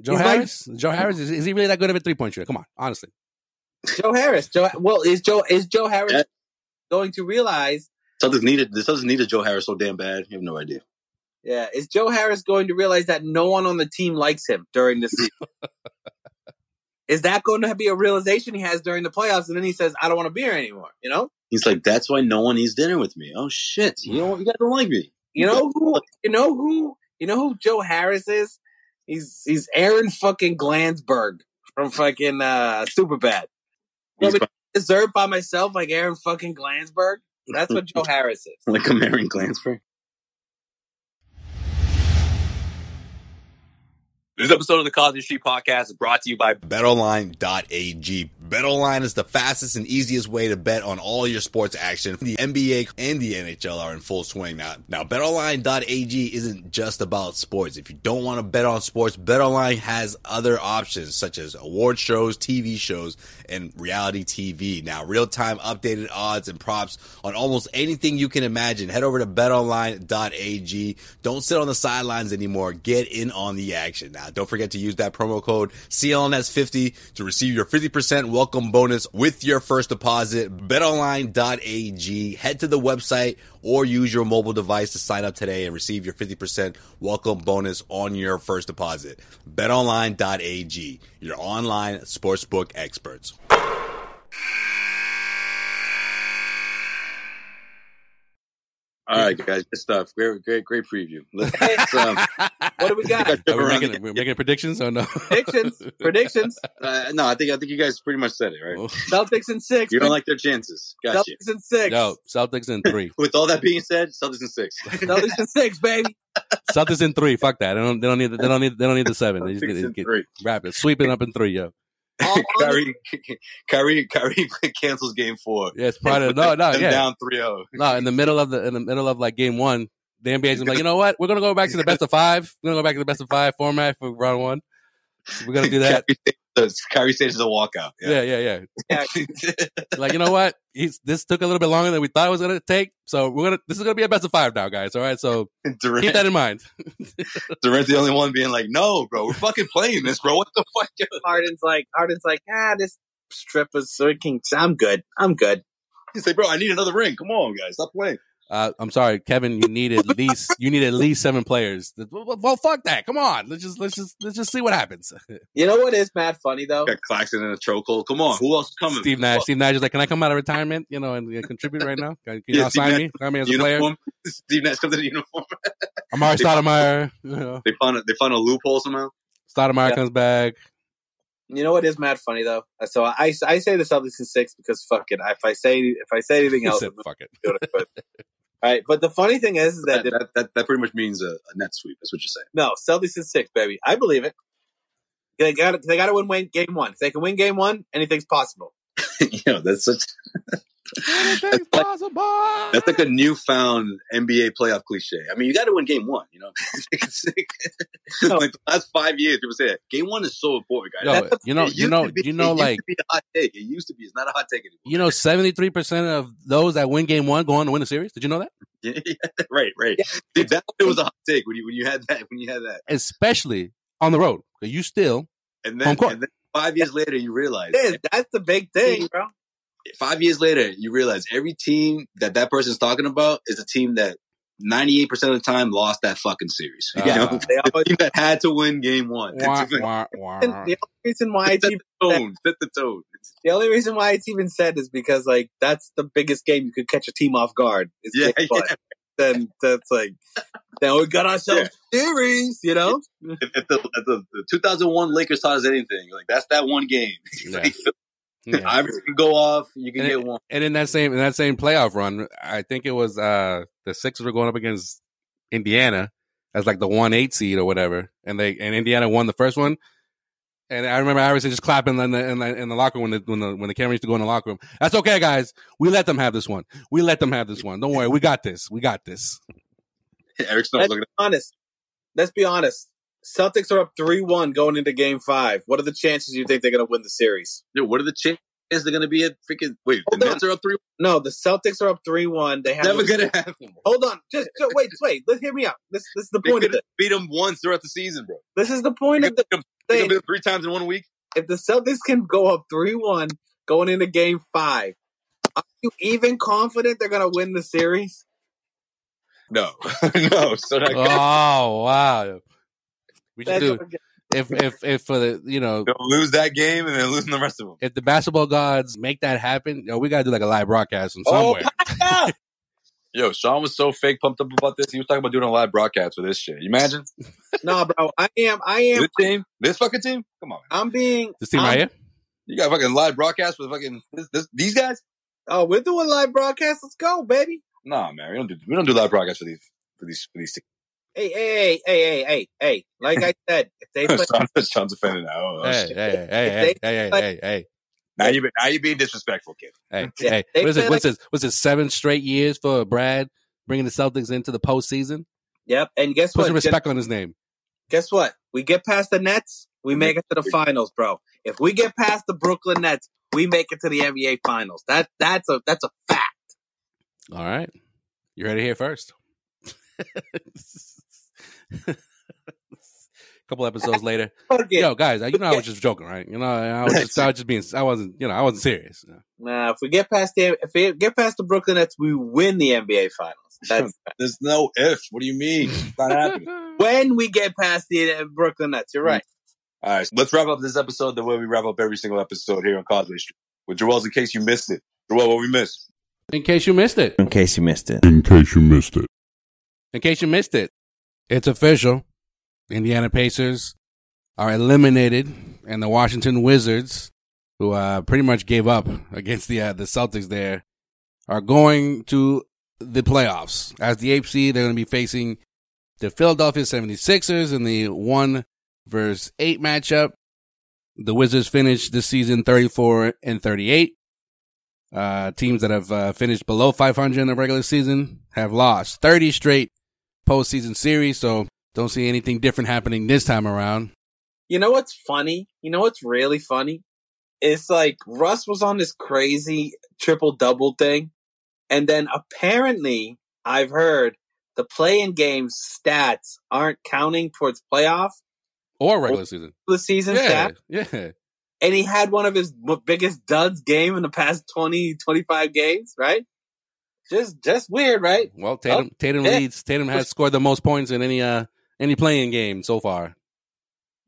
Joe he's like- Harris? Joe Harris is, is he really that good of a three point shooter? Come on, honestly. Joe Harris. Joe, well, is Joe is Joe Harris Yeah. going to realize? Something's needed. This doesn't need a Joe Harris so damn bad. You have no idea. Yeah, is Joe Harris going to realize that no one on the team likes him during the season? is that going to be a realization he has during the playoffs, and then he says, "I don't want to be here anymore"? You know, He's like, that's why no one eats dinner with me. Oh shit! You don't, you guys don't like me. <laughs> you know who, you know who, you know who Joe Harris is? He's he's Aaron fucking Glansberg from fucking uh, Superbad. He's Want me to be deserved by myself like Aaron fucking Glansberg? That's what Joe Harris is. like a Marion Glansberg. This episode of the Cosby Street Podcast is brought to you by BetOnline.ag. BetOnline is the fastest and easiest way to bet on all your sports action. The NBA and the NHL are in full swing now. Now, BetOnline.ag isn't just about sports. If you don't want to bet on sports, BetOnline has other options such as award shows, TV shows, and reality TV. Now, real-time updated odds and props on almost anything you can imagine. Head over to BetOnline.ag. Don't sit on the sidelines anymore. Get in on the action. Now, now. Don't forget to use that promo code CLNS50 to receive your 50% welcome bonus with your first deposit. BetOnline.ag. Head to the website or use your mobile device to sign up today and receive your 50% welcome bonus on your first deposit. BetOnline.ag, your online sportsbook experts. All right, guys, good stuff. Great, great, great preview. Let's, <laughs> um, What do <laughs> we got? Are Are we making, we're making predictions or no? <laughs> predictions. Predictions. uh, no, I think I think you guys pretty much said it right. Celtics in six. You don't like their chances. Gotcha. Celtics in six. Yo, Celtics in three. With all that being said, Celtics in <laughs> six. <laughs> Celtics in six, baby. Celtics in three. Fuck that. They don't. They don't need. They don't need. They don't need the seven. They just Celtics in get, get <laughs> three. rapid. Sweep it up in three. Yo. <laughs> All on the- Kyrie, Kyrie, Kyrie <laughs> cancels game four. Yeah, it's part of <laughs> no, no, Them yeah, down oh. 3-0. no. In the middle of the in the middle of like game one, the NBA's like, you know what? We're gonna go back to the best of five. We're gonna go back to the best of five format for round one. We're gonna do that. <laughs> Kyrie, Kyrie stages a walkout. Yeah, yeah, yeah. Like you know what? He's, this took a little bit longer than we thought it was gonna take. So we're gonna. This is gonna be a best of five now, guys. All right. So <laughs> Durant, keep that in mind. Durant's the only one being like, "No, bro, we're fucking playing this, bro. What the <laughs> fuck?" Harden's like Harden's like ah this strip is freaking. I'm good. I'm good. He's like, "Bro, I need another ring. Come on, guys, stop playing." Uh, I'm sorry, Kevin. You need <laughs> at least you need at least seven players. Well, well, fuck that. Come on, let's just let's just let's just see what happens. You know what is mad funny though? Got Claxton in a chokehold. Come on, who else is coming? Steve Nash. Steve Nash is like, can I come out of retirement? You know, and uh, contribute right now? Can, can Yeah, y'all Steve sign Nash- me? Sign me as a player. Uniform. <laughs> Steve Nash comes in a uniform. Amari Stoudemire. You know, They found a, they found a loophole somehow. <laughs> Stoudemire Yeah. comes back. You know what is mad funny though? Uh, So I, I say the Celtics in six because fuck it. If I say if I say <laughs> anything He else, said, I'm fuck it. gonna do it. But, all right. But the funny thing is, is That that <laughs> that, that, that pretty much means a, a net sweep. That's what you're saying. no Celtics in six, baby. I believe it. They got they got to win, win game one. If they can win game one, anything's possible. <laughs> you know, that's such Anything's possible. that's like a newfound NBA playoff cliche. I mean, you got to win game one. You know, <laughs> like the last five years, people say that. game one is so important, guys. Yo, That's- you know, it you used know, to be- you it know, used to like be a hot take. It used to be. It's not a hot take anymore. you know, seventy three percent of those that win game one go on to win the series. Did you know that? Yeah, right, right. See, that it was a hot take when you when you had that when you had that, Especially on the road, 'Cause <laughs> you still and Home then, court. and then five years later you realize. It is. That's the big thing, bro. Five years later you realize every team that that person's talking about is a team that ninety eight percent of the time lost that fucking series. <laughs> You Ah. <laughs> know, They the always, team that had to win game one. wah, It's like, wah, wah. the only reason why Set it's the even, tone. Set the tone. the only reason why it's even said is because like that's the biggest game you could catch a team off guard. Is <laughs> Yeah, game one. Then that's like then we got ourselves series. You know. If, if, the, if the, the 2001 Lakers taught us anything, like that's that one game. <laughs> Yeah. Yeah. Iverson can go off, you can And get it- one. and in that same in that same playoff run, I think it was uh the Sixers were going up against Indiana as like the one eight seed or whatever, and they and Indiana won the first one. And I remember Iverson just clapping in the in the, in the locker room when the, when the when the camera used to go in the locker room. That's okay, guys. We let them have this one. We let them have this one. Don't worry, we got this. We got this. Eric Snow Let's looking be honest. Let's be honest. Celtics are up three one going into Game Five. What are the chances you think they're going to win the series? at, dude, what are the chances they're going to be at freaking, wait, Hold the on. Nets are up 3 No, the Celtics are up three one. They have Never going to happen. <laughs> Hold on, just, just wait, just wait. Let's hear me out. This, this is the They point could of have this. beat them once throughout the season, bro. This is the point They of the could beat thing. them three times in one week. If the Celtics can go up three one going into Game Five, are you even confident they're going to win the series? No, <laughs> no, so not good. <laughs> Oh wow. We should That's do what I'm getting- if if if for the you know They'll lose that game and then losing the rest of them. if the basketball gods make that happen, yo, we gotta do like a live broadcast from Oh, somewhere. yeah. Yo, Sean was so fake pumped up about this. He was talking about doing a live broadcast for this shit. You imagine no, bro. I am. I am. <laughs> this team, this fucking team. Come on, man. I'm being. this team I'm- right here. you got fucking live broadcast with fucking this, this, these guys. Oh, we're doing live broadcast. Let's go, baby. Nah, man, we don't do we don't do live broadcasts for these for these for these teams. Hey, hey, hey, hey, hey, hey, hey. Like I said, if <laughs> they play, Sean, <laughs> Sean's offended now. Oh, hey, shit. hey, hey, hey, hey, hey, hey, hey, Now you now you being disrespectful, kid. hey, Yeah, hey. they What is it? play What's this? What's this? Seven straight years for Brad bringing the Celtics into the postseason. yep. And guess Put what? some respect on his name. Guess, guess what? We get past the Nets, we Mm-hmm. make it to the finals, bro. If we get past the Brooklyn Nets, we make it to the NBA finals. That that's a that's a fact. All right, you heard it here first. <laughs> couple episodes later. Okay. Yo, guys, uh, you know I was just joking, right? You know, I was just, I was just being, I wasn't, you know, I wasn't serious. Nah, if we get past the if we get past the Brooklyn Nets, we win the NBA Finals. That's There's no if. What do you mean? It's not happening. when we get past the uh, Brooklyn Nets. Mm-hmm. You're right. All right, so let's wrap up this episode the way we wrap up every single episode here on Causeway Street. With Joel's, in case you missed it. Joel, what we missed? In case you missed it, In case you missed it. In case you missed it. in case you missed it, it's official. Indiana Pacers are eliminated, and the Washington Wizards, who uh, pretty much gave up <laughs> against the uh, the Celtics, there are going to the playoffs as the eighth seed. They're going to be facing the Philadelphia 76ers in the one versus eight matchup. The Wizards finished this season 34 and 38. Uh, teams that have uh, finished below 500 in the regular season have lost 30 straight postseason series. So don't see anything different happening this time around. You know what's funny? You know what's really funny? It's like Russ was on this crazy triple double thing, and then apparently I've heard the play in game stats aren't counting towards playoff Or regular season. the season Yeah. stat. Yeah. And he had one of his m- biggest duds game in the past 20, 25 games, right? Just just weird, right? Oh, Well, Tatum, Tatum yeah. leads. Tatum has scored the most points in any, uh, any playing game so far.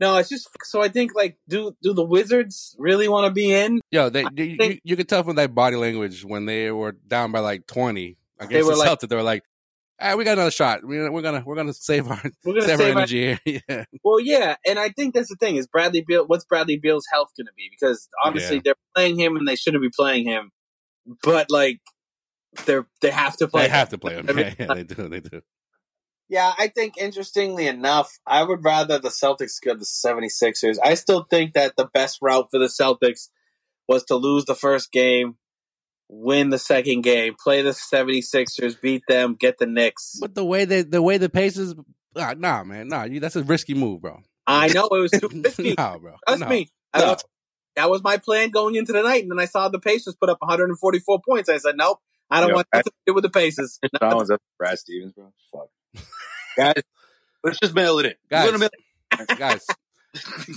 No, it's just so I think like do do the Wizards really want to be in? Yo, they, you, you, you could tell from their body language when they were down by like twenty against They were the like- Celtics. They were like, "Ah, we got another shot. We're, we're gonna we're gonna save our We're gonna save our save our- energy here." <laughs> yeah, Well, yeah, and I think that's the thing is Bradley Beal. What's Bradley Beal's health going to be? Because obviously Yeah. they're playing him and they shouldn't be playing him, but like they're they have to <laughs> play. they him. have to play <laughs> them. I mean, Yeah, yeah, they do. <laughs> They do. Yeah, I think interestingly enough, I would rather the Celtics go to the 76ers. I still think that the best route for the Celtics was to lose the first game, win the second game, play the 76ers, beat them, get the Knicks. But the way they the way the Pacers, ah, nah, man, nah, you, that's a risky move, bro. I know it was <laughs> too risky. nah, bro. Trust nah. me. I was- that was my plan going into the night, and then I saw the Pacers put up 144 points. I said, "Nope, I don't Yeah, want I- nothing to do with the Pacers." That one's up. Brad Stevens, bro. <laughs> Fuck. Guys, let's just mail it in. Guys. We're gonna <laughs> guys.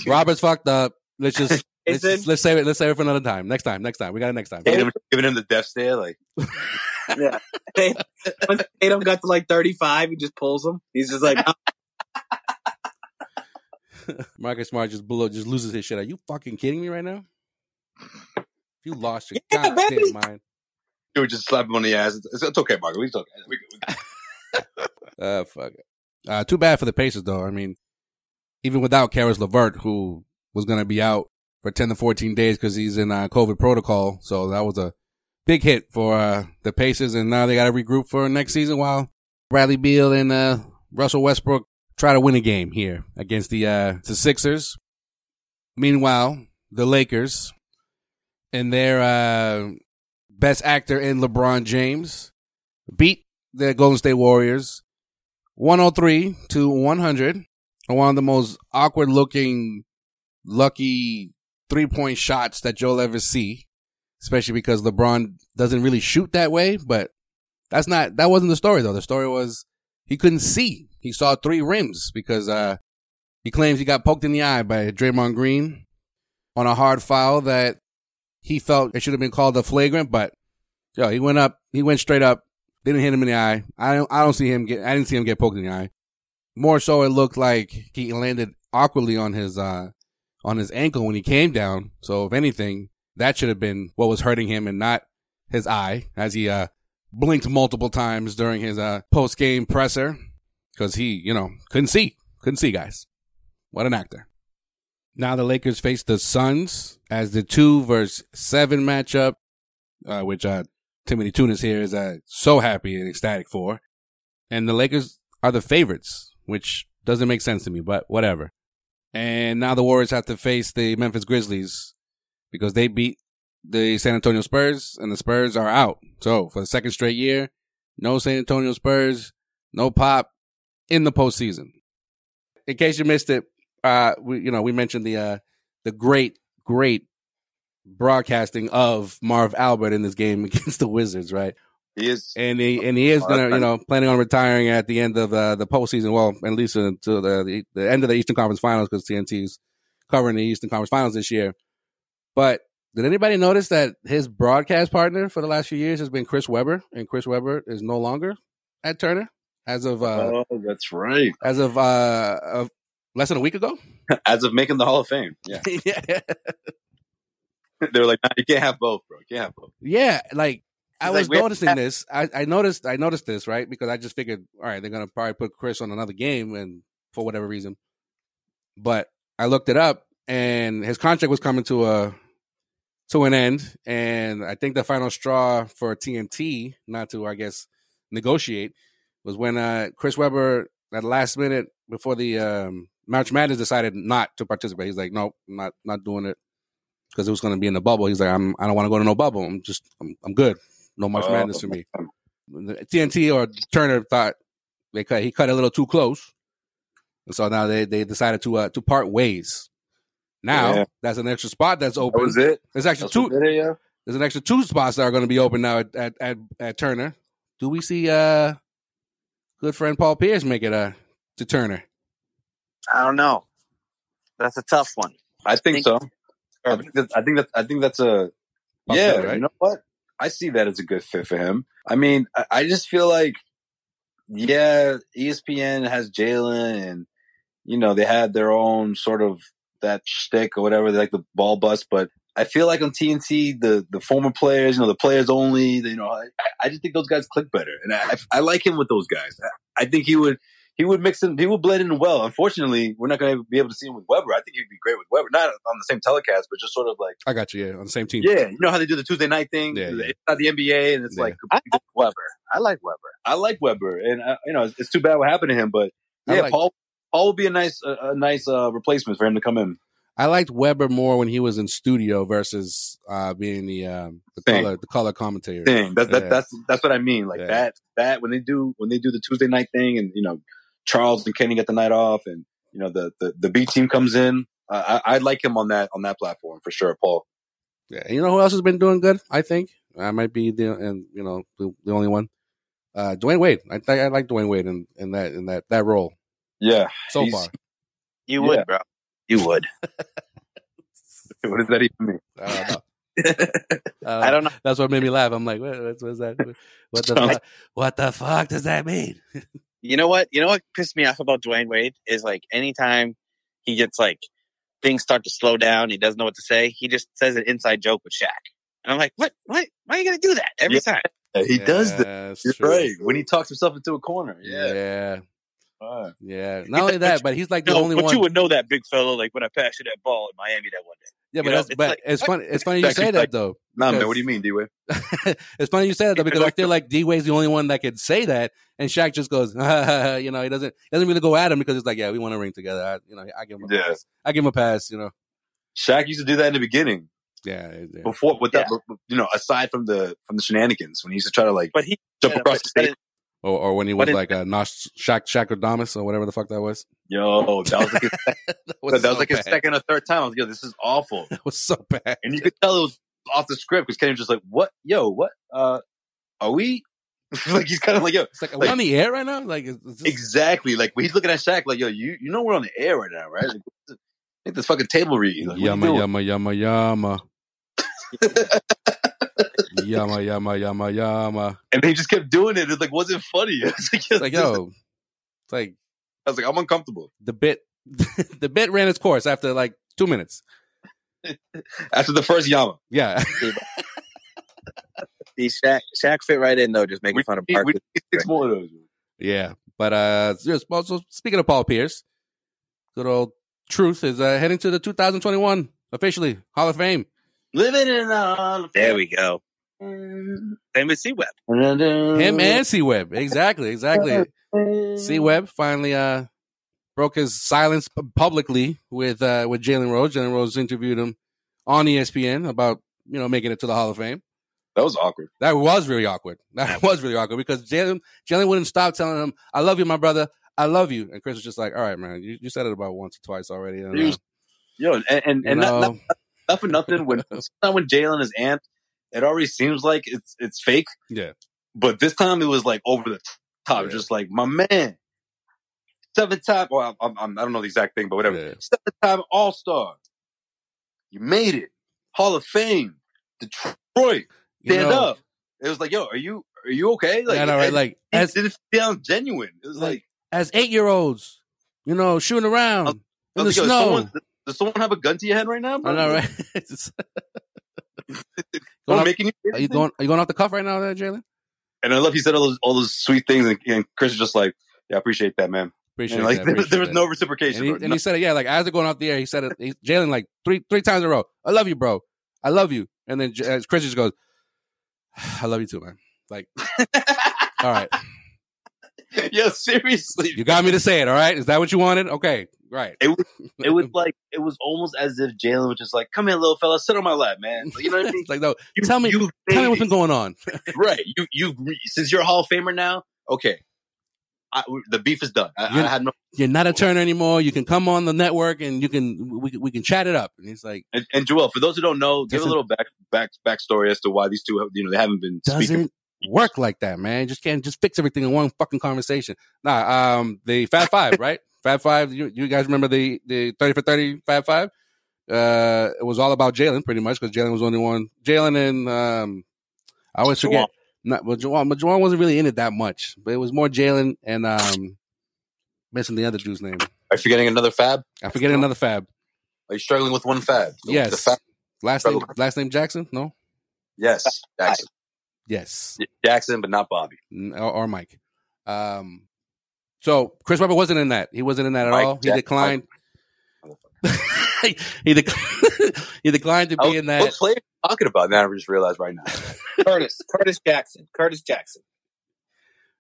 Robert's fucked up. Let's just. Let's, Jason? just- let's save it. Let's save it for another time. Next time. Next time. We got it next time. mail him, giving him the death stare. Like, yeah, They- once Tatum got to like 35, he just pulls them. He's just like, Marcus Smart just blew, just loses his shit. Are you fucking kidding me right now? You lost your goddamn baby. mind. you would just slap him on the ass. It's, it's okay, Margaret. We talk. We, we, <laughs> Uh, fuck. it. Uh, too bad for the Pacers though. I mean, even without Karis Levert, who was gonna be out for ten to fourteen days because he's in uh, COVID protocol, so that was a big hit for uh, the Pacers, and now they got to regroup for next season while Bradley Beal and uh, Russell Westbrook try to win a game here against the uh, the Sixers. Meanwhile, the Lakers and their uh, best actor in LeBron James beat the Golden State Warriors 103 to 100. And One of the most awkward looking, lucky three point shots that you'll ever see, especially because LeBron doesn't really shoot that way. But that's not, that wasn't the story though. The story was he couldn't see. He saw three rims because, uh, he claims he got poked in the eye by Draymond Green on a hard foul that he felt it should have been called a flagrant, but yo, he went up, he went straight up, they didn't hit him in the eye. I don't. I don't see him get. I didn't see him get poked in the eye. More so, it looked like he landed awkwardly on his uh on his ankle when he came down. So if anything, that should have been what was hurting him and not his eye, as he uh blinked multiple times during his uh post game presser because he you know couldn't see, couldn't see guys. What an actor. Now the Lakers face the Suns as the two versus seven matchup, uh, which uh, Timothy Tunis here is uh, so happy and ecstatic for. And the Lakers are the favorites, which doesn't make sense to me, but whatever. And now the Warriors have to face the Memphis Grizzlies because they beat the San Antonio Spurs and the Spurs are out. So for the second straight year, no San Antonio Spurs, no pop in the postseason. In case you missed it, uh, we, you know, we mentioned the, uh, the great, <laughs> great broadcasting of Marv Albert in this game against the Wizards, right? He is, <laughs> and he and he is gonna, you know, planning on retiring at the end of uh, the postseason. Well, at least until the, the the end of the Eastern Conference Finals because TNT's covering the Eastern Conference Finals this year. But did anybody notice that his broadcast partner for the last few years has been Chris Webber, and Chris Webber is no longer at Turner as of uh, oh, that's right. <laughs> as of uh of less than a week ago. <laughs> As of making the Hall of Fame, yeah, yeah, <laughs> they were like, no, you can't have both, bro. You can't have both. yeah, like I It's like was we have to noticing have- this. I, I noticed I noticed this, right? Because I just figured, all right, they're gonna probably put Chris on another game and for whatever reason. But I looked it up and his contract was coming to a to an end. And I think the final straw for TNT, not to I guess negotiate, was when uh Chris Webber at the last minute before the um March Madness decided not to participate. He's like, nope, I'm not not doing it because it was going to be in the bubble. He's like, I'm, I don't want to go to no bubble. I'm just, I'm, I'm good. No March Oh, Madness for me. The TNT or Turner thought they cut, he cut a little too close, and so now they they decided to uh, to part ways. Now Yeah. that's an extra spot that's That open. was it. There's actually That's two. what did it, yeah. There's an extra two spots that are going to be open now at, at at at Turner. Do we see uh good friend Paul Pierce make it uh to Turner? I don't know. That's a tough one. I think Think- so. I think that's I think that's, I think that's a yeah. right? You know what? I see that as a good fit for him. I mean, I, I just feel like yeah, E ESPN has Jalen, and you know they had their own sort of that shtick or whatever, like the ball bust. But I feel like on TNT, the the former players, you know, the players only, you know, I, I just think those guys click better, and I I like him with those guys. I, I think he would he would mix in. He would blend in well. Unfortunately, we're not going to be able to see him with Weber. I think he'd be great with Weber, not on the same telecast, but just sort of like, I got you. Yeah, on the same team. yeah, you know how they do the Tuesday night thing. Yeah, yeah. It's not the NBA, and it's Yeah. like I like Weber. I like Weber. I like Weber, and uh, you know it's, it's too bad what happened to him. But I yeah, like- Paul Paul would be a nice a, a nice uh, replacement for him to come in. I liked Weber more when he was in studio versus uh, being the um, the Same. color the color commentator. Thing that, that Yeah. that's that's what I mean. Like Yeah. that that when they do when they do the Tuesday night thing, and you know Charles and Kenny get the night off, and you know the the, the B team comes in. Uh, I I like him on that on that platform for sure, Paul. Yeah. You know who else has been doing good? I think I might be the and you know the, the only one. Uh, Dwayne Wade. I think I like Dwayne Wade in, in that in that that role Yeah, <laughs> so He's- far. You Yeah. would, bro. You would. What does that even mean? I <laughs> don't know. Uh, I don't know. That's what made me laugh. I'm like, what, what's <laughs> what's that? What the fuck? What the fuck does that mean? You know what? You know what pissed me off about Dwayne Wade is like anytime he gets like things start to slow down, he doesn't know what to say. He just says an inside joke with Shaq, and I'm like, what? What? Why are you gonna do that every Yeah. time? He does that. That's You're true. right. When he talks himself into a corner. Yeah. Yeah. Alright. Yeah. Not only that, but he's like the No, only but one. you would know that big fellow like when I passed you that ball in Miami that one day. yeah, but you know, that's, it's but like- it's funny. It's funny you Actually, say like- that though. <laughs> Nah, man, Because- what do you mean, D-Way? it's funny you say that though, because I feel like D Wade's the only one that could say that, and Shaq just goes, <laughs> you know, he doesn't doesn't really go at him because it's like, yeah, we want to ring together. I, you know, I give him a Yeah. pass. I give him a pass. You know, Shaq used to do that in the beginning. yeah, yeah. Before with that you know, aside from the from the shenanigans when he used to try to like But he jump Yeah, across but- the stage. Or, or when he was What is- like uh, Nosh Shaq Shaqodamus or whatever the fuck that was. <laughs> Yo, that was like his, That that was so like his bad. second or third time. I was like, yo, this is awful. <laughs> That was so bad. And you could tell it was off the script because Kenny was just like, What yo, what uh are we <laughs> like he's kinda <laughs> like, yo, It's like, are we Like- on the air right now? Like, is, is this- exactly. Like when he's looking at Shaq like, yo, you you know we're on the air right now, right? Like, make this fucking table read. Like, what are you yama doing? yama yama yama <laughs> yama yama yama yama. and they just kept doing it. It like wasn't funny. <laughs> It's like, It's like yo, it's like I was like, I'm uncomfortable. the bit, <laughs> the bit ran its course after like two minutes. After the first Yama, Yeah. <laughs> See, Shaq, Shaq fit right in though, just making we, fun of we Parker. need six more of those. Yeah. But uh yeah, so so speaking of Paul Pierce, good old truth is uh, heading to the 2021 officially Hall of Fame. Living in a there we go. Same with C-Web. Him and C Web. Exactly, exactly. C Web finally uh broke his silence pu- publicly with uh with Jalen Rose. Jalen Rose interviewed him on E ESPN about, you know, making it to the Hall of Fame. That was awkward. That was really awkward. <laughs> That was really awkward because Jalen Jalen wouldn't stop telling him, "I love you, my brother. I love you." And Chris was just like, "All right, man, you, you said it about once or twice already." And, uh, Dude, Yo, and and, you and not, know, not, not <laughs> for nothing. When not when Jalen is amped, it already seems like it's it's fake. Yeah. But this time it was like over the top, just like my man, seven time. Well, I, I, I don't know the exact thing, but whatever. Seven time All Star. You made it, Hall of Fame, Detroit. You Stand know- up. It was like, yo, are you are you okay? Like, Yeah, I know, right? Like, it didn't sound genuine. It was like, As eight year olds, you know, shooting around in I the was like, yo, snow. Oh, <laughs> Someone, does someone have a gun to your head right now? Bro? I know, right? <laughs> Or Going off- making you are you going? Are you going off the cuff right now, there, Jalen? And I love he said all those all those sweet things, and, and Chris is just like, "Yeah, I appreciate that, man. Appreciate And, like, <laughs> that, there- appreciate there was that. no reciprocation. And he, or and he no- said it, yeah, like as they're going off the air, he said it. He, Jalen like three three times in a row. I love you, bro. I love you. And then J- as Chris just goes, I love you too, man. <laughs> Like, all right, yo, seriously, you got me to say it. All right, is that what you wanted? Okay, right. It was, it was like it was almost as if Jalen was just like, "Come here, little fella, sit on my lap, man." You know <laughs> what I mean? like, no, tell me, tell me what's been going on. right? You you since you're a Hall of Famer now, okay. I, the beef is done. I, I You're- had no You're not a Turner anymore. You can come on the network and you can we, can- we can chat it up. And he's like, And, and Joel, for those who don't know, give a Doesn't- little back back backstory as to why these two have you know they haven't been speaking. doesn't work like that, man. You just can't just fix everything in one fucking conversation. Nah, um, the Fab Five, right? <laughs> Fab Five. You, you guys remember the the thirty for thirty Fab Five? Uh, it was all about Jalen pretty much because Jalen was the only one. Jalen and um, I always forget. Not well, Juwan, but Juwan wasn't really in it that much, but it was more Jalen and um, missing the other dude's name. Are you forgetting another Fab? I'm forgetting another Fab. Are you struggling with one Fab? The- Yes. the Fab- Last name, last name Jackson? No. Yes, Jackson. Yes, Jackson, but not Bobby. N- or, or Mike. Um, so Chris Webber wasn't in that. He wasn't in that at Mike all. He Jack- declined. <laughs> he, dec <laughs> he declined to be Oh, in that. What player are you talking about? Now I just realized right now. Curtis, Curtis Jackson, Curtis Jackson.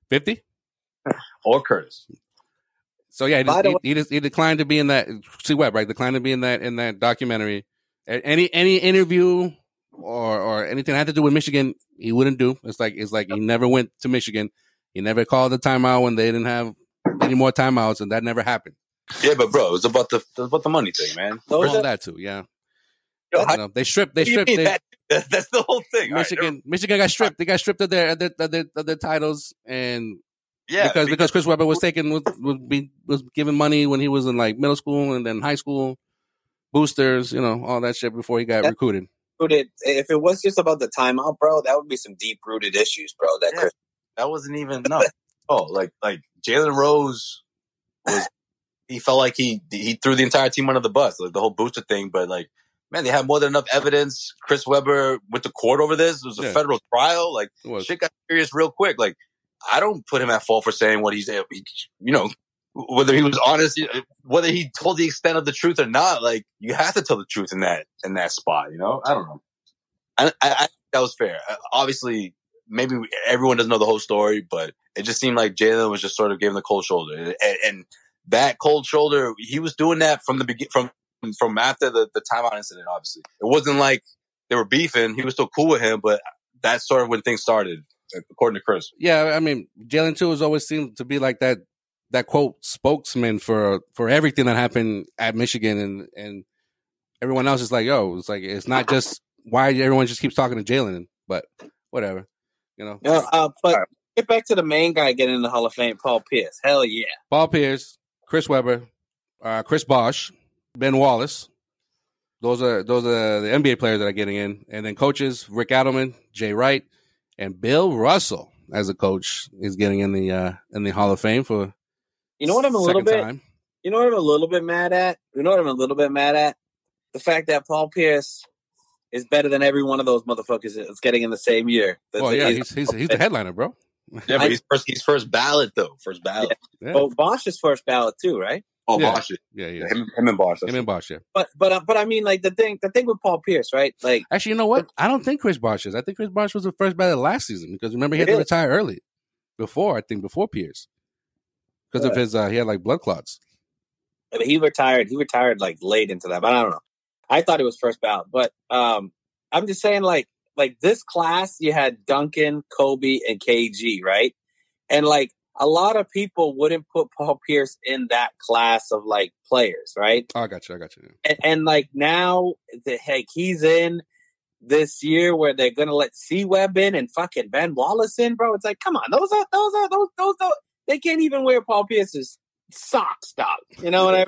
50? Or Curtis. So yeah, he, By just, the he, way- he, just- he declined to be in that. See Webb, right? Declined to be in that in that documentary. A- Any any interview or or anything that had to do with Michigan, he wouldn't do. It's like it's like he never went to Michigan. He never called the timeout when they didn't have any more timeouts, and that never happened. Yeah, but bro, it was about the it was about the money thing, man. All Those are- that too, yeah. Yo, You know, they stripped. They What do you stripped. mean? They, That- that- that's the whole thing. All right, Michigan, Michigan got stripped. They got stripped of their of their, of their, of their titles, and Yeah, because, because because- Chris Webber was taken was was, be, was given money when he was in like middle school and then high school, boosters, you know, all that shit before he got That- recruited. Rooted. If it was just about the timeout, bro, that would be some deep rooted issues, bro. That Chris that wasn't even no. <laughs> oh, like like Jalen Rose was he felt like he he threw the entire team under the bus, like the whole booster thing. But like, man, they had more than enough evidence. Chris Webber went to court over this. It was a Yeah. federal trial. Like It was. shit got serious real quick. Like I don't put him at fault for saying what he's he- you know whether he was honest, whether he told the extent of the truth or not. Like you have to tell the truth in that in that spot. You know, I don't know. I, I, I think that was fair. Uh, Obviously, maybe everyone doesn't know the whole story, but it just seemed like Jalen was just sort of giving the cold shoulder, and, and that cold shoulder, he was doing that from the begin from from after the the timeout incident. Obviously, it wasn't like they were beefing; he was still cool with him, but that's sort of when things started, according to <laughs> Chris. Yeah, I mean, Jalen too has always seemed to be like that that quote spokesman for for everything that happened at Michigan, and and everyone else is like, yo, it's like it's not just why everyone just keeps talking to Jalen, but whatever, you know. No, uh, but get back to the main guy getting in the Hall of Fame, Paul Pierce. Hell yeah. Paul Pierce, Chris Webber, uh, Chris Bosch, Ben Wallace. Those are those are the NBA players that are getting in, and then coaches Rick Adelman, Jay Wright, and Bill Russell as a coach is getting in the uh, in the Hall of Fame for You know what I'm a little second bit time. you know what I'm a little bit mad at? You know what I'm a little bit mad at? The fact that Paul Pierce is better than every one of those motherfuckers that's getting in the same year. That's Well, yeah, he's- he's he's he's the headliner, bro. Yeah, but I- he's first. He's first ballot though. First ballot. Yeah. Oh, Bosch is first ballot too, right? Oh, Yeah. Bosh. Yeah, yeah. Him, him and Bosh. Him and Bosch, yeah. But but uh, but I mean, like the thing the thing with Paul Pierce, right? Like Actually, you know what? I don't think Chris Bosch is. I think Chris Bosch was the first batter last season because remember he had to Really? retire early before I think before Pierce because of Yeah. his uh, he had like blood clots. But he retired. He retired like late into that, but I don't know. I thought it was first ballot, but um, I'm just saying like like this class you had Duncan, Kobe, and KG, right? And like a lot of people wouldn't put Paul Pierce in that class of like players, right? Oh, I got you. I got you. And, and like now, the, like he's in. this year where they're gonna let C Web in and fucking Ben Wallace in, bro. It's like, come on, those are those are those those, those they can't even wear Paul Pierce's socks, dog. You know what I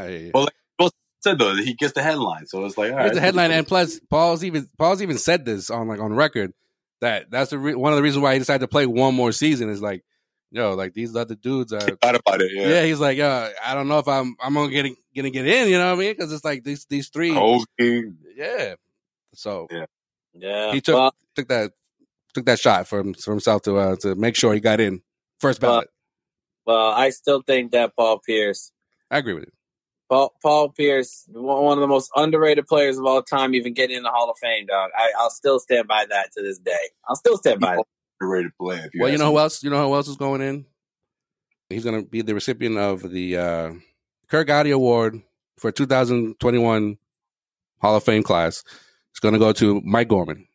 mean? Well, like Will said though, he gets the headline, so it's like, all Here's right, the headline, and plus, Paul's even Paul's even said this on like on record that that's the re- one of the reasons why he decided to play one more season is like, yo, like these other dudes are. Thought about it, <laughs> Yeah, yeah. he's like, yo, I don't know if I'm I'm gonna get gonna get in, you know what I mean? Because it's like these these three, Oh. Kobe. yeah. So yeah, Yeah. he took well, took that took that shot for, him, for himself to uh, to make sure he got in first ballot. well, I still think that Paul Pierce I agree with you. Paul, Paul Pierce, one one of the most underrated players of all time, even getting in the Hall of Fame, dog. I, I'll still stand by that to this day. I'll still stand by that. underrated player. if well, you ask know me. who else? You know who else is going in? He's going to be the recipient of the uh, Kirk Gowdy Award for 2021 Hall of Fame class. It's going to go to Mike Gorman,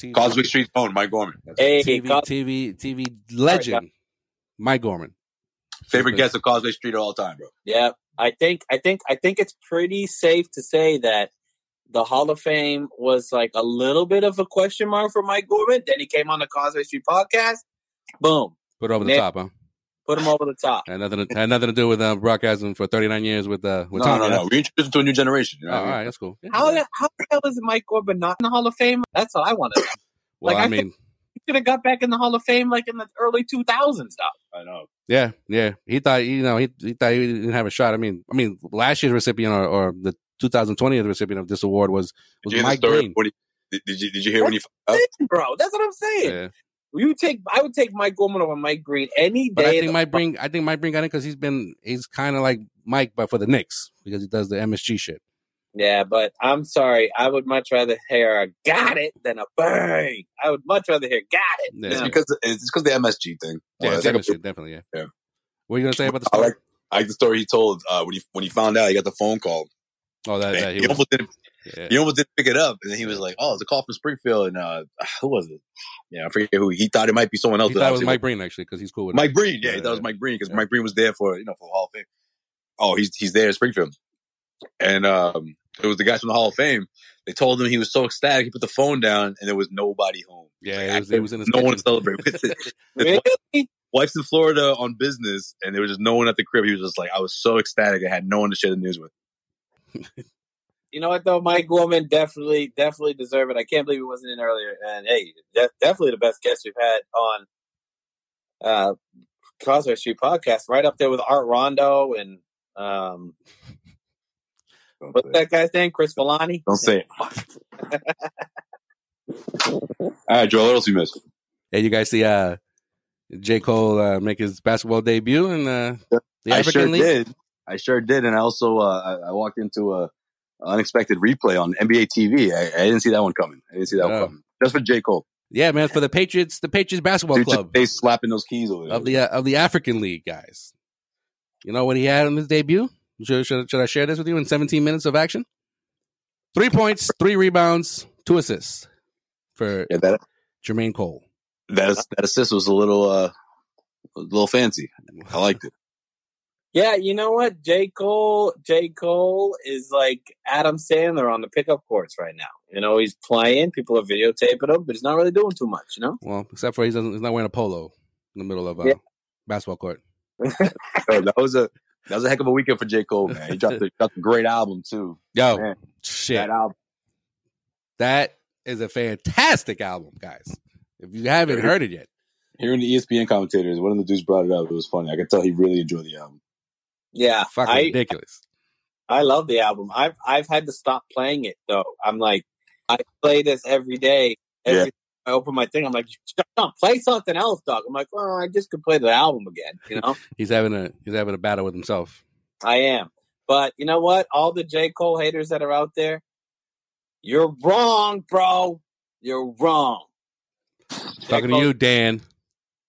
TV, Cosmic Street's own Mike Gorman. Hey, TV, Cos- TV, TV legend, Mike Gorman. Favorite guest of Cosmic Street of all time, bro. Yeah, I think I think I think it's pretty safe to say that the Hall of Fame was like a little bit of a question mark for Mike Gorman. Then he came on the Causeway Street podcast. Boom, Put over the Man. top, huh? put him over the top. Had nothing, had nothing to do with um, broadcasting for 39 years with uh, with No, Tommy. no, huh? no. We introduced him to a new generation. You know what I Oh, all mean? right, that's cool. Yeah. How the, how the hell is Mike Gorman not in the Hall of Fame? That's all I want to know. well, like, I I think- mean, He could have got back in the Hall of Fame like in the early two thousands. I know. Yeah, yeah. He thought you know he, he thought he didn't have a shot. I mean, I mean, last year's recipient or, or the 2020 recipient of this award was Did was you hear the Mike story? Green. When he, did- did you did you hear when he? Bro, that's what I'm saying. Yeah. You take I would take Mike Gorman over Mike Green any day. But I of think the- Mike Green, I think Mike Green got in because he's been he's kind of like Mike, but for the Knicks because he does the MSG shit. Yeah, but I'm sorry. I would much rather hear a got it than a bang. I would much rather hear got it. Yeah, It's yeah. because it's because the MSG thing. Yeah, Well, it's it's like a- MSG, definitely. Yeah. Yeah. What are you gonna say about the I story? like I like the story he told uh, when he when he found out he got the phone call. oh, that, Man, <laughs> that he, he was. almost didn't Yeah. he almost didn't pick it up, and then he was like, "Oh, it's a call from Springfield." And uh, <sighs> who was it? Yeah, I forget who. He thought it might be someone else. He but thought it was obviously Mike Breen actually because he's cool with it. Mike Breen. Yeah, Yeah, he thought it was yeah. Mike Breen because Yeah. Mike Breen was there for you know for the Hall of Fame. Oh, he's he's there in Springfield, and um, it was the guys from the Hall of Fame. They told him he was so ecstatic. He put the phone down, and there was nobody home. Yeah, he was, he was in his no one to kitchen. celebrate with. <laughs> His Really? wife's in Florida on business, and there was just no one at the crib. He was just like, I was so ecstatic. I had no one to share the news with. You know what though? Mike Gorman definitely, definitely deserve it. I can't believe he wasn't in earlier. And hey, de- definitely the best guest we've had on uh Causeway Street podcast. Right up there with Art Rondo and um what's that guy's name? Chris Villani. Don't say it. <laughs> All right, Joel, what else you missed? And you guys see uh, J Cole uh, make his basketball debut in uh, the I African sure League. did. I sure did, and I also uh, I, I walked into a unexpected replay on NBA TV. I, I didn't see that one coming. I didn't see that Yeah. one coming. Just for J Cole, Yeah, man, for the Patriots, the Patriots basketball dude, club. just, they slapping those keys over there. of the uh, of the African League guys. You know what he had on his debut? Should, should, should I share this with you in 17 minutes of action? Three points, three rebounds, two assists for yeah, that Jermaine Cole. that, that assist was a little uh, a little fancy. I liked it. Yeah, you know what? J. Cole J. Cole is like Adam Sandler on the pickup courts right now. You know, he's playing, people are videotaping him, but he's not really doing too much, you know? Well, except for he doesn't, he's not wearing a polo in the middle of a Yeah. basketball court. Yo, that was a that was a heck of a weekend for J Cole, man. He dropped <laughs> a, dropped a great album too. Yo, Man, shit. That album. That is a fantastic album, guys. If you haven't heard it yet, hearing the E ESPN commentators, one of the dudes brought it up. It was funny. I could tell he really enjoyed the album. Yeah. fucking I, ridiculous. I love the album. I've I've had to stop playing it though. I'm like, I play this every day. Every I open my thing, I'm like, John, play something else, dog. I'm like, well, I just could play the album again. You know, He's having a he's having a battle with himself. I am. But you know what? All the J Cole haters that are out there, you're wrong, bro. You're wrong. Talking to you, Dan.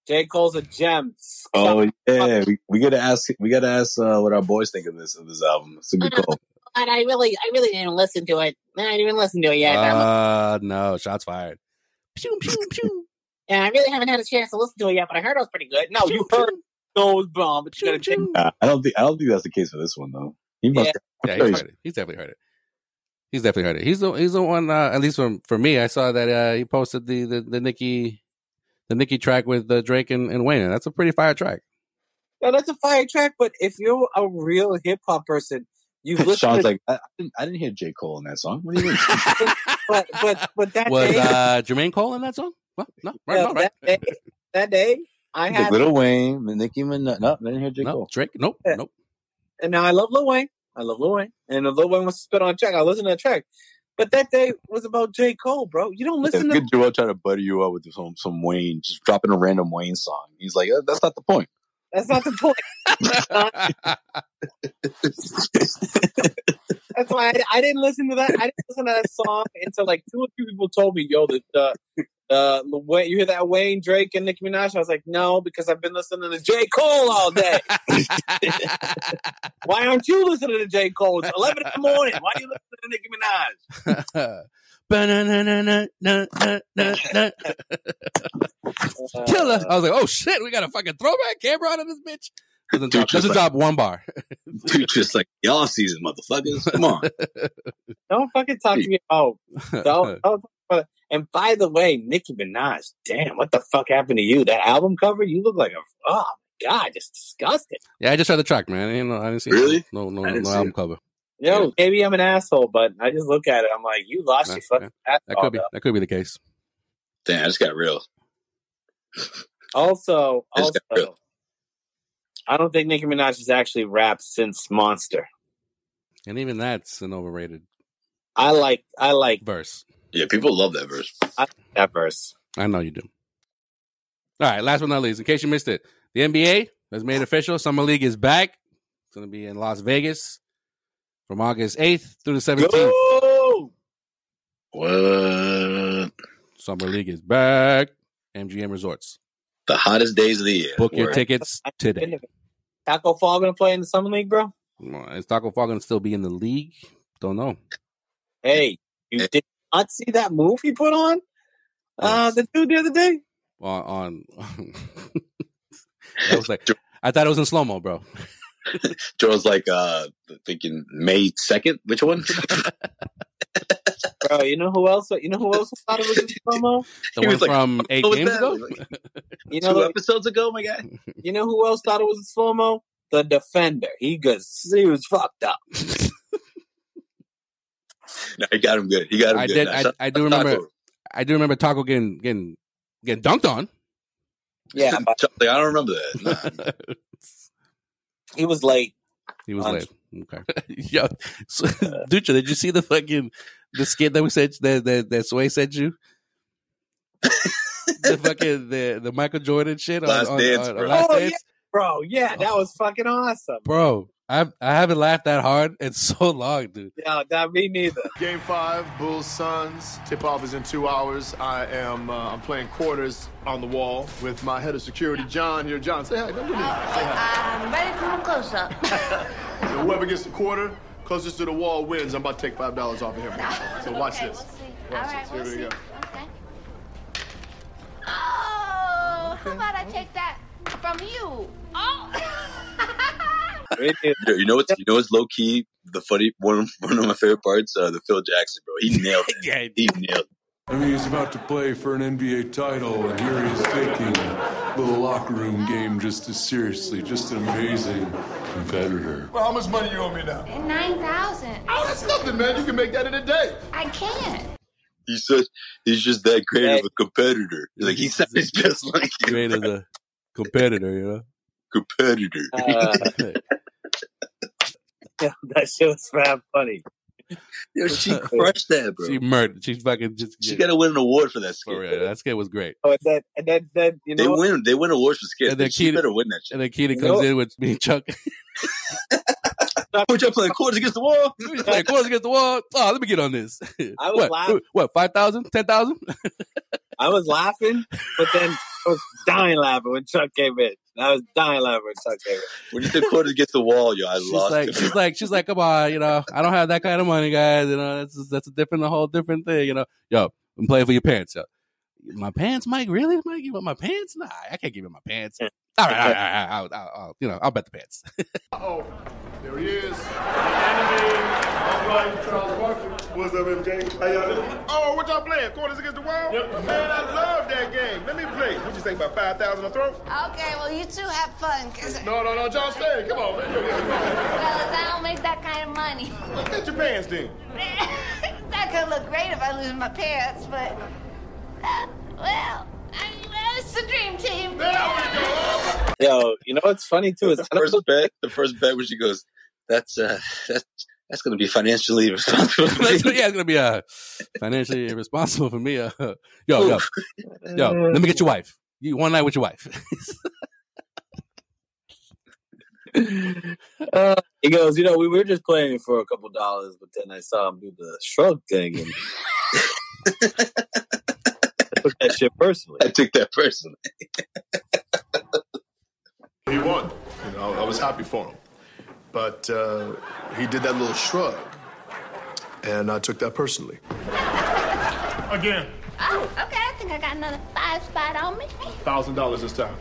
J Cole's a gem. Oh yeah, we, we gotta ask. We gotta ask uh, what our boys think of this of this album. It's a good call. But I really, I really didn't listen to it. I didn't even listen to it yet. I'm- Uh, no, shots fired. Pew, pew, pew. yeah, I really haven't had a chance to listen to it yet. But I heard it was pretty good. No, you heard those bomb, but you gotta Choo-choo. Uh, I don't think I don't think that's the case for this one though. He must. Yeah, sure he's he's- heard it. He's definitely heard it. He's definitely heard it. He's the he's the one. Uh, at least from for me, I saw that uh, he posted the the, the Nicki the Nicki track with uh, Drake and, and Wayne. That's a pretty fire track. No, that's a fire track. But if you're a real hip hop person, <laughs> you <laughs> listen. Sean's to- like, I, I didn't, I didn't hear J. Cole in that song. What do you <laughs> mean? but but but that Was day, uh, Jermaine Cole in that song? What? No, right, no, no, right. that day, that day, I Like had Little Wayne, Nicki Minaj. No, I didn't hear J. No, Cole. Drake. Nope, Yeah. nope. and now I love Lil Wayne. I love Lil Wayne, and if Lil Wayne wants to spit on a track, I listen to that track. But that day was about J. Cole, bro. You don't listen yeah, to good Joel trying to butter you up with some some Wayne, just dropping a random Wayne song. He's like, "Uh, that's not the point. <laughs> <laughs> that's not the point. That's why I, I didn't listen to that. I didn't listen to that song until like two or three people told me, "Yo, the the, the, the Wayne, you hear that Wayne Drake and Nicki Minaj?" I was like, "No," because I've been listening to J Cole all day. Why aren't you listening to J Cole? It's eleven in the morning. Why are you listening to Nicki Minaj? Ba-na-na-na-na-na-na-na. Uh, Killer. I was like, oh shit, we got a fucking throwback camera out of this bitch. Doesn't Dude, drop, doesn't just drop one <laughs> bar. <laughs> Dude, just like y'all season, motherfuckers. Come <laughs> on. Don't fucking talk to me about. <laughs> Don't, don't, talk about- and by the way, Nicki Minaj, damn, what the fuck happened to you? That album cover, you look like a oh my god, just disgusting. yeah, I just tried the track, man. I didn't, know, I didn't see Really? no no I no, didn't no see album it. cover. Yo, maybe I'm an asshole, but I just look at it. I'm like, you lost Yeah, your fucking ass That Oh, off, could be though. that could be the case. Damn, I just got real. Also, I just also, got real. I don't think Nicki Minaj has actually rapped since Monster. And even that's an overrated I like, I like verse. Yeah, people love that verse. that verse. I know you do. All right, last but not least, in case you missed it, the NBA has made official. Summer League is back. It's going to be in Las Vegas from August 8th through the 17th. Go! What Summer League is back. MGM Resorts. the hottest days of the year. Book your Word. tickets today. Taco Fall gonna play in the summer league, bro. Is Taco Fall going to still be in the league? Don't know. Hey, you did not see that move he put on uh, the dude the other day? On, <laughs> on that <laughs> was like I thought it was in slow mo, bro. Joel's like uh thinking May second. <laughs> Which one? Bro, you know who else? You know who else thought <laughs> it was in promo? The He one was like, from eight was games that? ago. You Two know, episodes ago, my guy. you know who else thought it was in slow mo? The defender. He goes, he was fucked up. <laughs> No, he got him good. He got him I good. did. Nah, I, shout- I do Taco. remember. I do remember Taco getting getting getting <laughs> dunked on. Yeah, but Joel's like, I don't remember <laughs> that. Nah. he was late. <laughs> He was On- late. <laughs> Okay. Yo, so, <laughs> Dutra, did you see the fucking the skit that we said that that, that Sway sent <laughs> you? the fucking the the Michael Jordan shit on, Last on, Dance, on- on bro. Last Oh, yeah. Dance, Bro, yeah, that was fucking awesome. bro. I I haven't laughed that hard in <laughs> so long, dude. No, not me neither. Game five, Bulls Suns. Tip off is in two hours. I am uh, I'm playing quarters on the wall with my head of security, John. Here, John, say hi. Don't do that. Say hi. I'm ready for a close up. <laughs> So whoever gets the quarter closest to the wall wins. I'm about to take five dollars off of him. So watch Okay, this. We'll see. Watch All right, this. we'll Here we see. go. <laughs> Okay. Oh, how about I take that from you? Oh. Me neither. Yo, you know what's you know what's low key the funny one one of my favorite parts uh, the Phil Jackson bro he nailed it <laughs> Yeah, he nailed it. I mean, he's about to play for an NBA title, and here he's taking the locker room game just as seriously. Just an amazing competitor. Well, how much money you owe me now? Nine thousand. Oh, that's nothing, man. You can make that in a day. I can't. he's such he's just that great of a competitor like he sounds just like you, Great as a competitor, you competitor <laughs> Uh, know. that shit was fab funny. yo she crushed that bro <laughs> she she, murdered. She fucking just got to win an award for that for skit <laughs> real. That skit was great. Oh, and then, and then, then you they know, what? win they win awards for skits And then but she Keita- better win that shit And then Keita You comes know- in with me <laughs> and Chuck. <laughs> What y'all playing quarters against the wall We just playing quarters against the wall. Oh, let me get on this. <laughs> I was what, laughing. What? Five thousand? Ten thousand? I was laughing, but then I was dying laughing when Chuck came in. I was dying laughing when Chuck came in. <laughs> when you said quarters against the wall yo I She's lost like, it <laughs> she's like, she's like, come on, you know, I don't have that kind of money, guys. You know, that's that's a different, a whole different thing. You know, yo, I'm playing for your pants, yo. My pants, Mike? Really, Mike? You want my pants? Nah, I can't give you my pants. All right, all right, all right, I'll, I'll, I'll, you know, I'll bet <laughs> the pants. <laughs> oh, there he is. The enemy of Brian Charles Barkley. What's up, MJ? How y'all doing? Oh, what y'all playing? Quarters against the wall? Yep. Man, I love that game. Let me play. What you think about 5,000 a throw? Okay, well, you two have fun, because. No, no, no, John, stay. Come on, man. Fellas, I don't make that kind of money. Look at your pants, then. <laughs> that could look great if I lose my pants, but. uh, well, I mean, well, it's the dream team. Yo, you know what's funny too? It's the first bet. The first bet where she goes, "That's uh, <laughs> that's that's going to be financially <laughs> responsible." That's- <laughs> yeah, it's gonna be uh, financially irresponsible for me. Uh, yo, yo, yo, let me get your wife. You one night with your wife. <laughs> <laughs> <laughs> Uh, he goes, you know, we were just playing for a couple dollars, but then I saw him do the shrug thing. <laughs> And I took that shit personally. I took that personally. He won. You know, I was happy for him. But uh, he did that little shrug, and I took that personally. Again. Oh, okay, I think I got another five spot on me. Thousand dollars this time.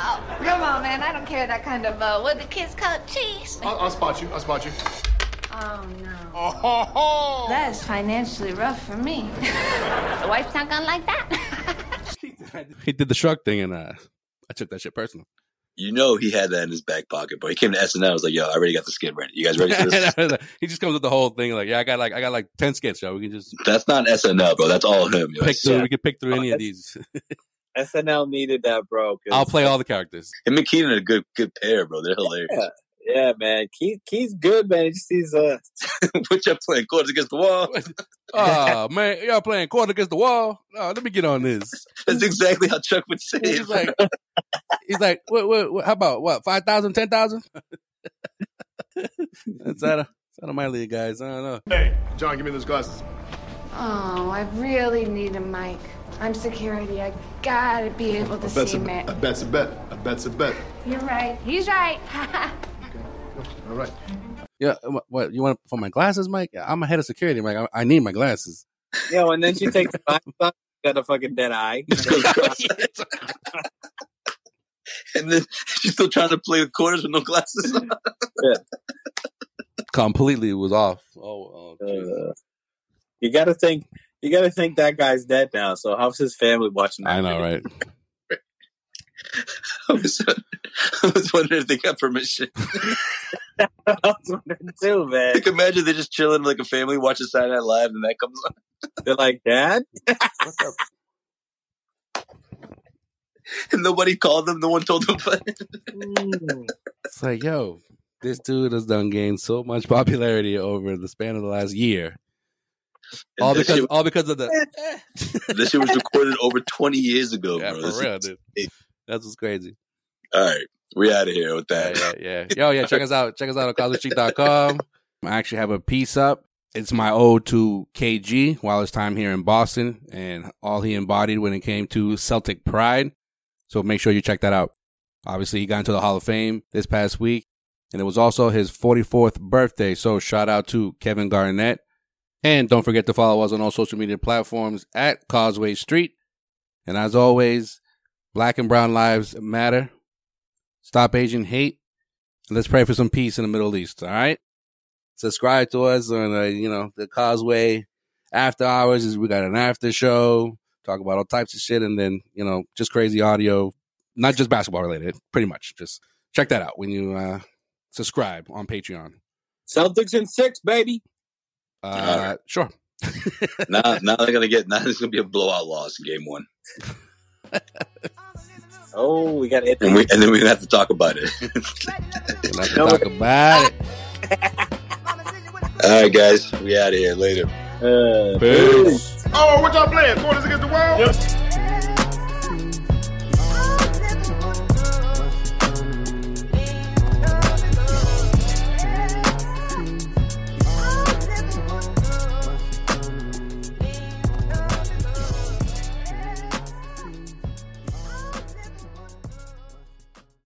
Oh, come on, man. I don't care that kind of, uh, what the kids call it, cheese. I'll, I'll spot you. I'll spot you. Oh, no. That is financially rough for me. <laughs> the wife's not gonna like that. he did the shrug thing, and uh, I took that shit personal. <laughs> You know he had that in his back pocket, but he came to SNL. I was like, "Yo, I already got the skit ready. You guys <laughs> ready for this?" he just comes with the whole thing like, yeah, I got like I got like ten skits, yo. We can just That's not SNL, bro. That's all him. yo. pick through. Yeah. We can pick through any of these. SNL needed that, bro. 'cause- I'll play all the <laughs> characters. Him and Keenan are a good good pair, bro. They're hilarious. Yeah, yeah, man. Keith, Keith's good, man. He just he's uh, <laughs> what y'all playing quarters against the wall? Oh man, y'all playing quarter against the wall. Oh, let me get on this. That's exactly how Chuck would say it. <laughs> <laughs> He's like, he's like, what, what, what how about what? Five thousand, ten thousand? <laughs> That's out of it's out of my league, guys. I don't know. Hey, John, give me those glasses. oh, I really need a mic. I'm security. I gotta be able to A bet's see a, Matt. a bet's a bet. A bet's a bet. You're right. He's right. <laughs> All right. Yeah, wha- what you want for my glasses, Mike? I'm a head of security, Mike. I, I need my glasses. yo, and then she takes the <laughs> five spot. Got a fucking dead <laughs> eye. and then she's still trying to play with quarters with no glasses. <laughs> on. Completely was off. Oh, oh geez. Uh, you gotta think. You gotta think that guy's dead now. So how's his family watching that? I know, right? I was, I was wondering if they got permission. <laughs> I was wondering too, man. <laughs> Like, imagine they're just chilling like a family watching Saturday Night Live, and that comes on. They're like, Dad, And nobody called them. No one told them. <laughs> It's like, yo, this dude has done gained so much <laughs> popularity over the span of the last year. All And that because, shit- all <laughs> because of the This shit was recorded over 20 years ago, <laughs> yeah, bro. This for real, is- dude. That's what's crazy. All right. We out of here with Yeah, that. yeah, yeah. Yo, yeah, check us out. Check us out at causeofcheek.com. I actually have a piece up. It's my ode to KG while his time here in Boston and all he embodied when it came to Celtic pride. So make sure you check that out. Obviously, he got into the Hall of Fame this past week, and it was also his 44th birthday. So shout out to Kevin Garnett. And don't forget to follow us on all social media platforms at Causeway Street. And as always, black and brown lives matter. Stop Asian hate. And let's pray for some peace in the Middle East. All right. Subscribe to us on, uh, you know, the Causeway after hours. is We got an after show, talk about all types of shit. And then, you know, just crazy audio, not just basketball related, pretty much. Just check that out when you, uh, subscribe on Patreon. Celtics in six, baby. Uh, All right. sure. Now, now they're gonna get. Now it's gonna be a blowout loss in game one, Oh, we gotta hit and we and then we're gonna have to talk about it. We'll have to talk about it. All right, guys. We out of here. Later. Uh, Peace. Oh, what y'all playing? Quarters against the wall? Yep.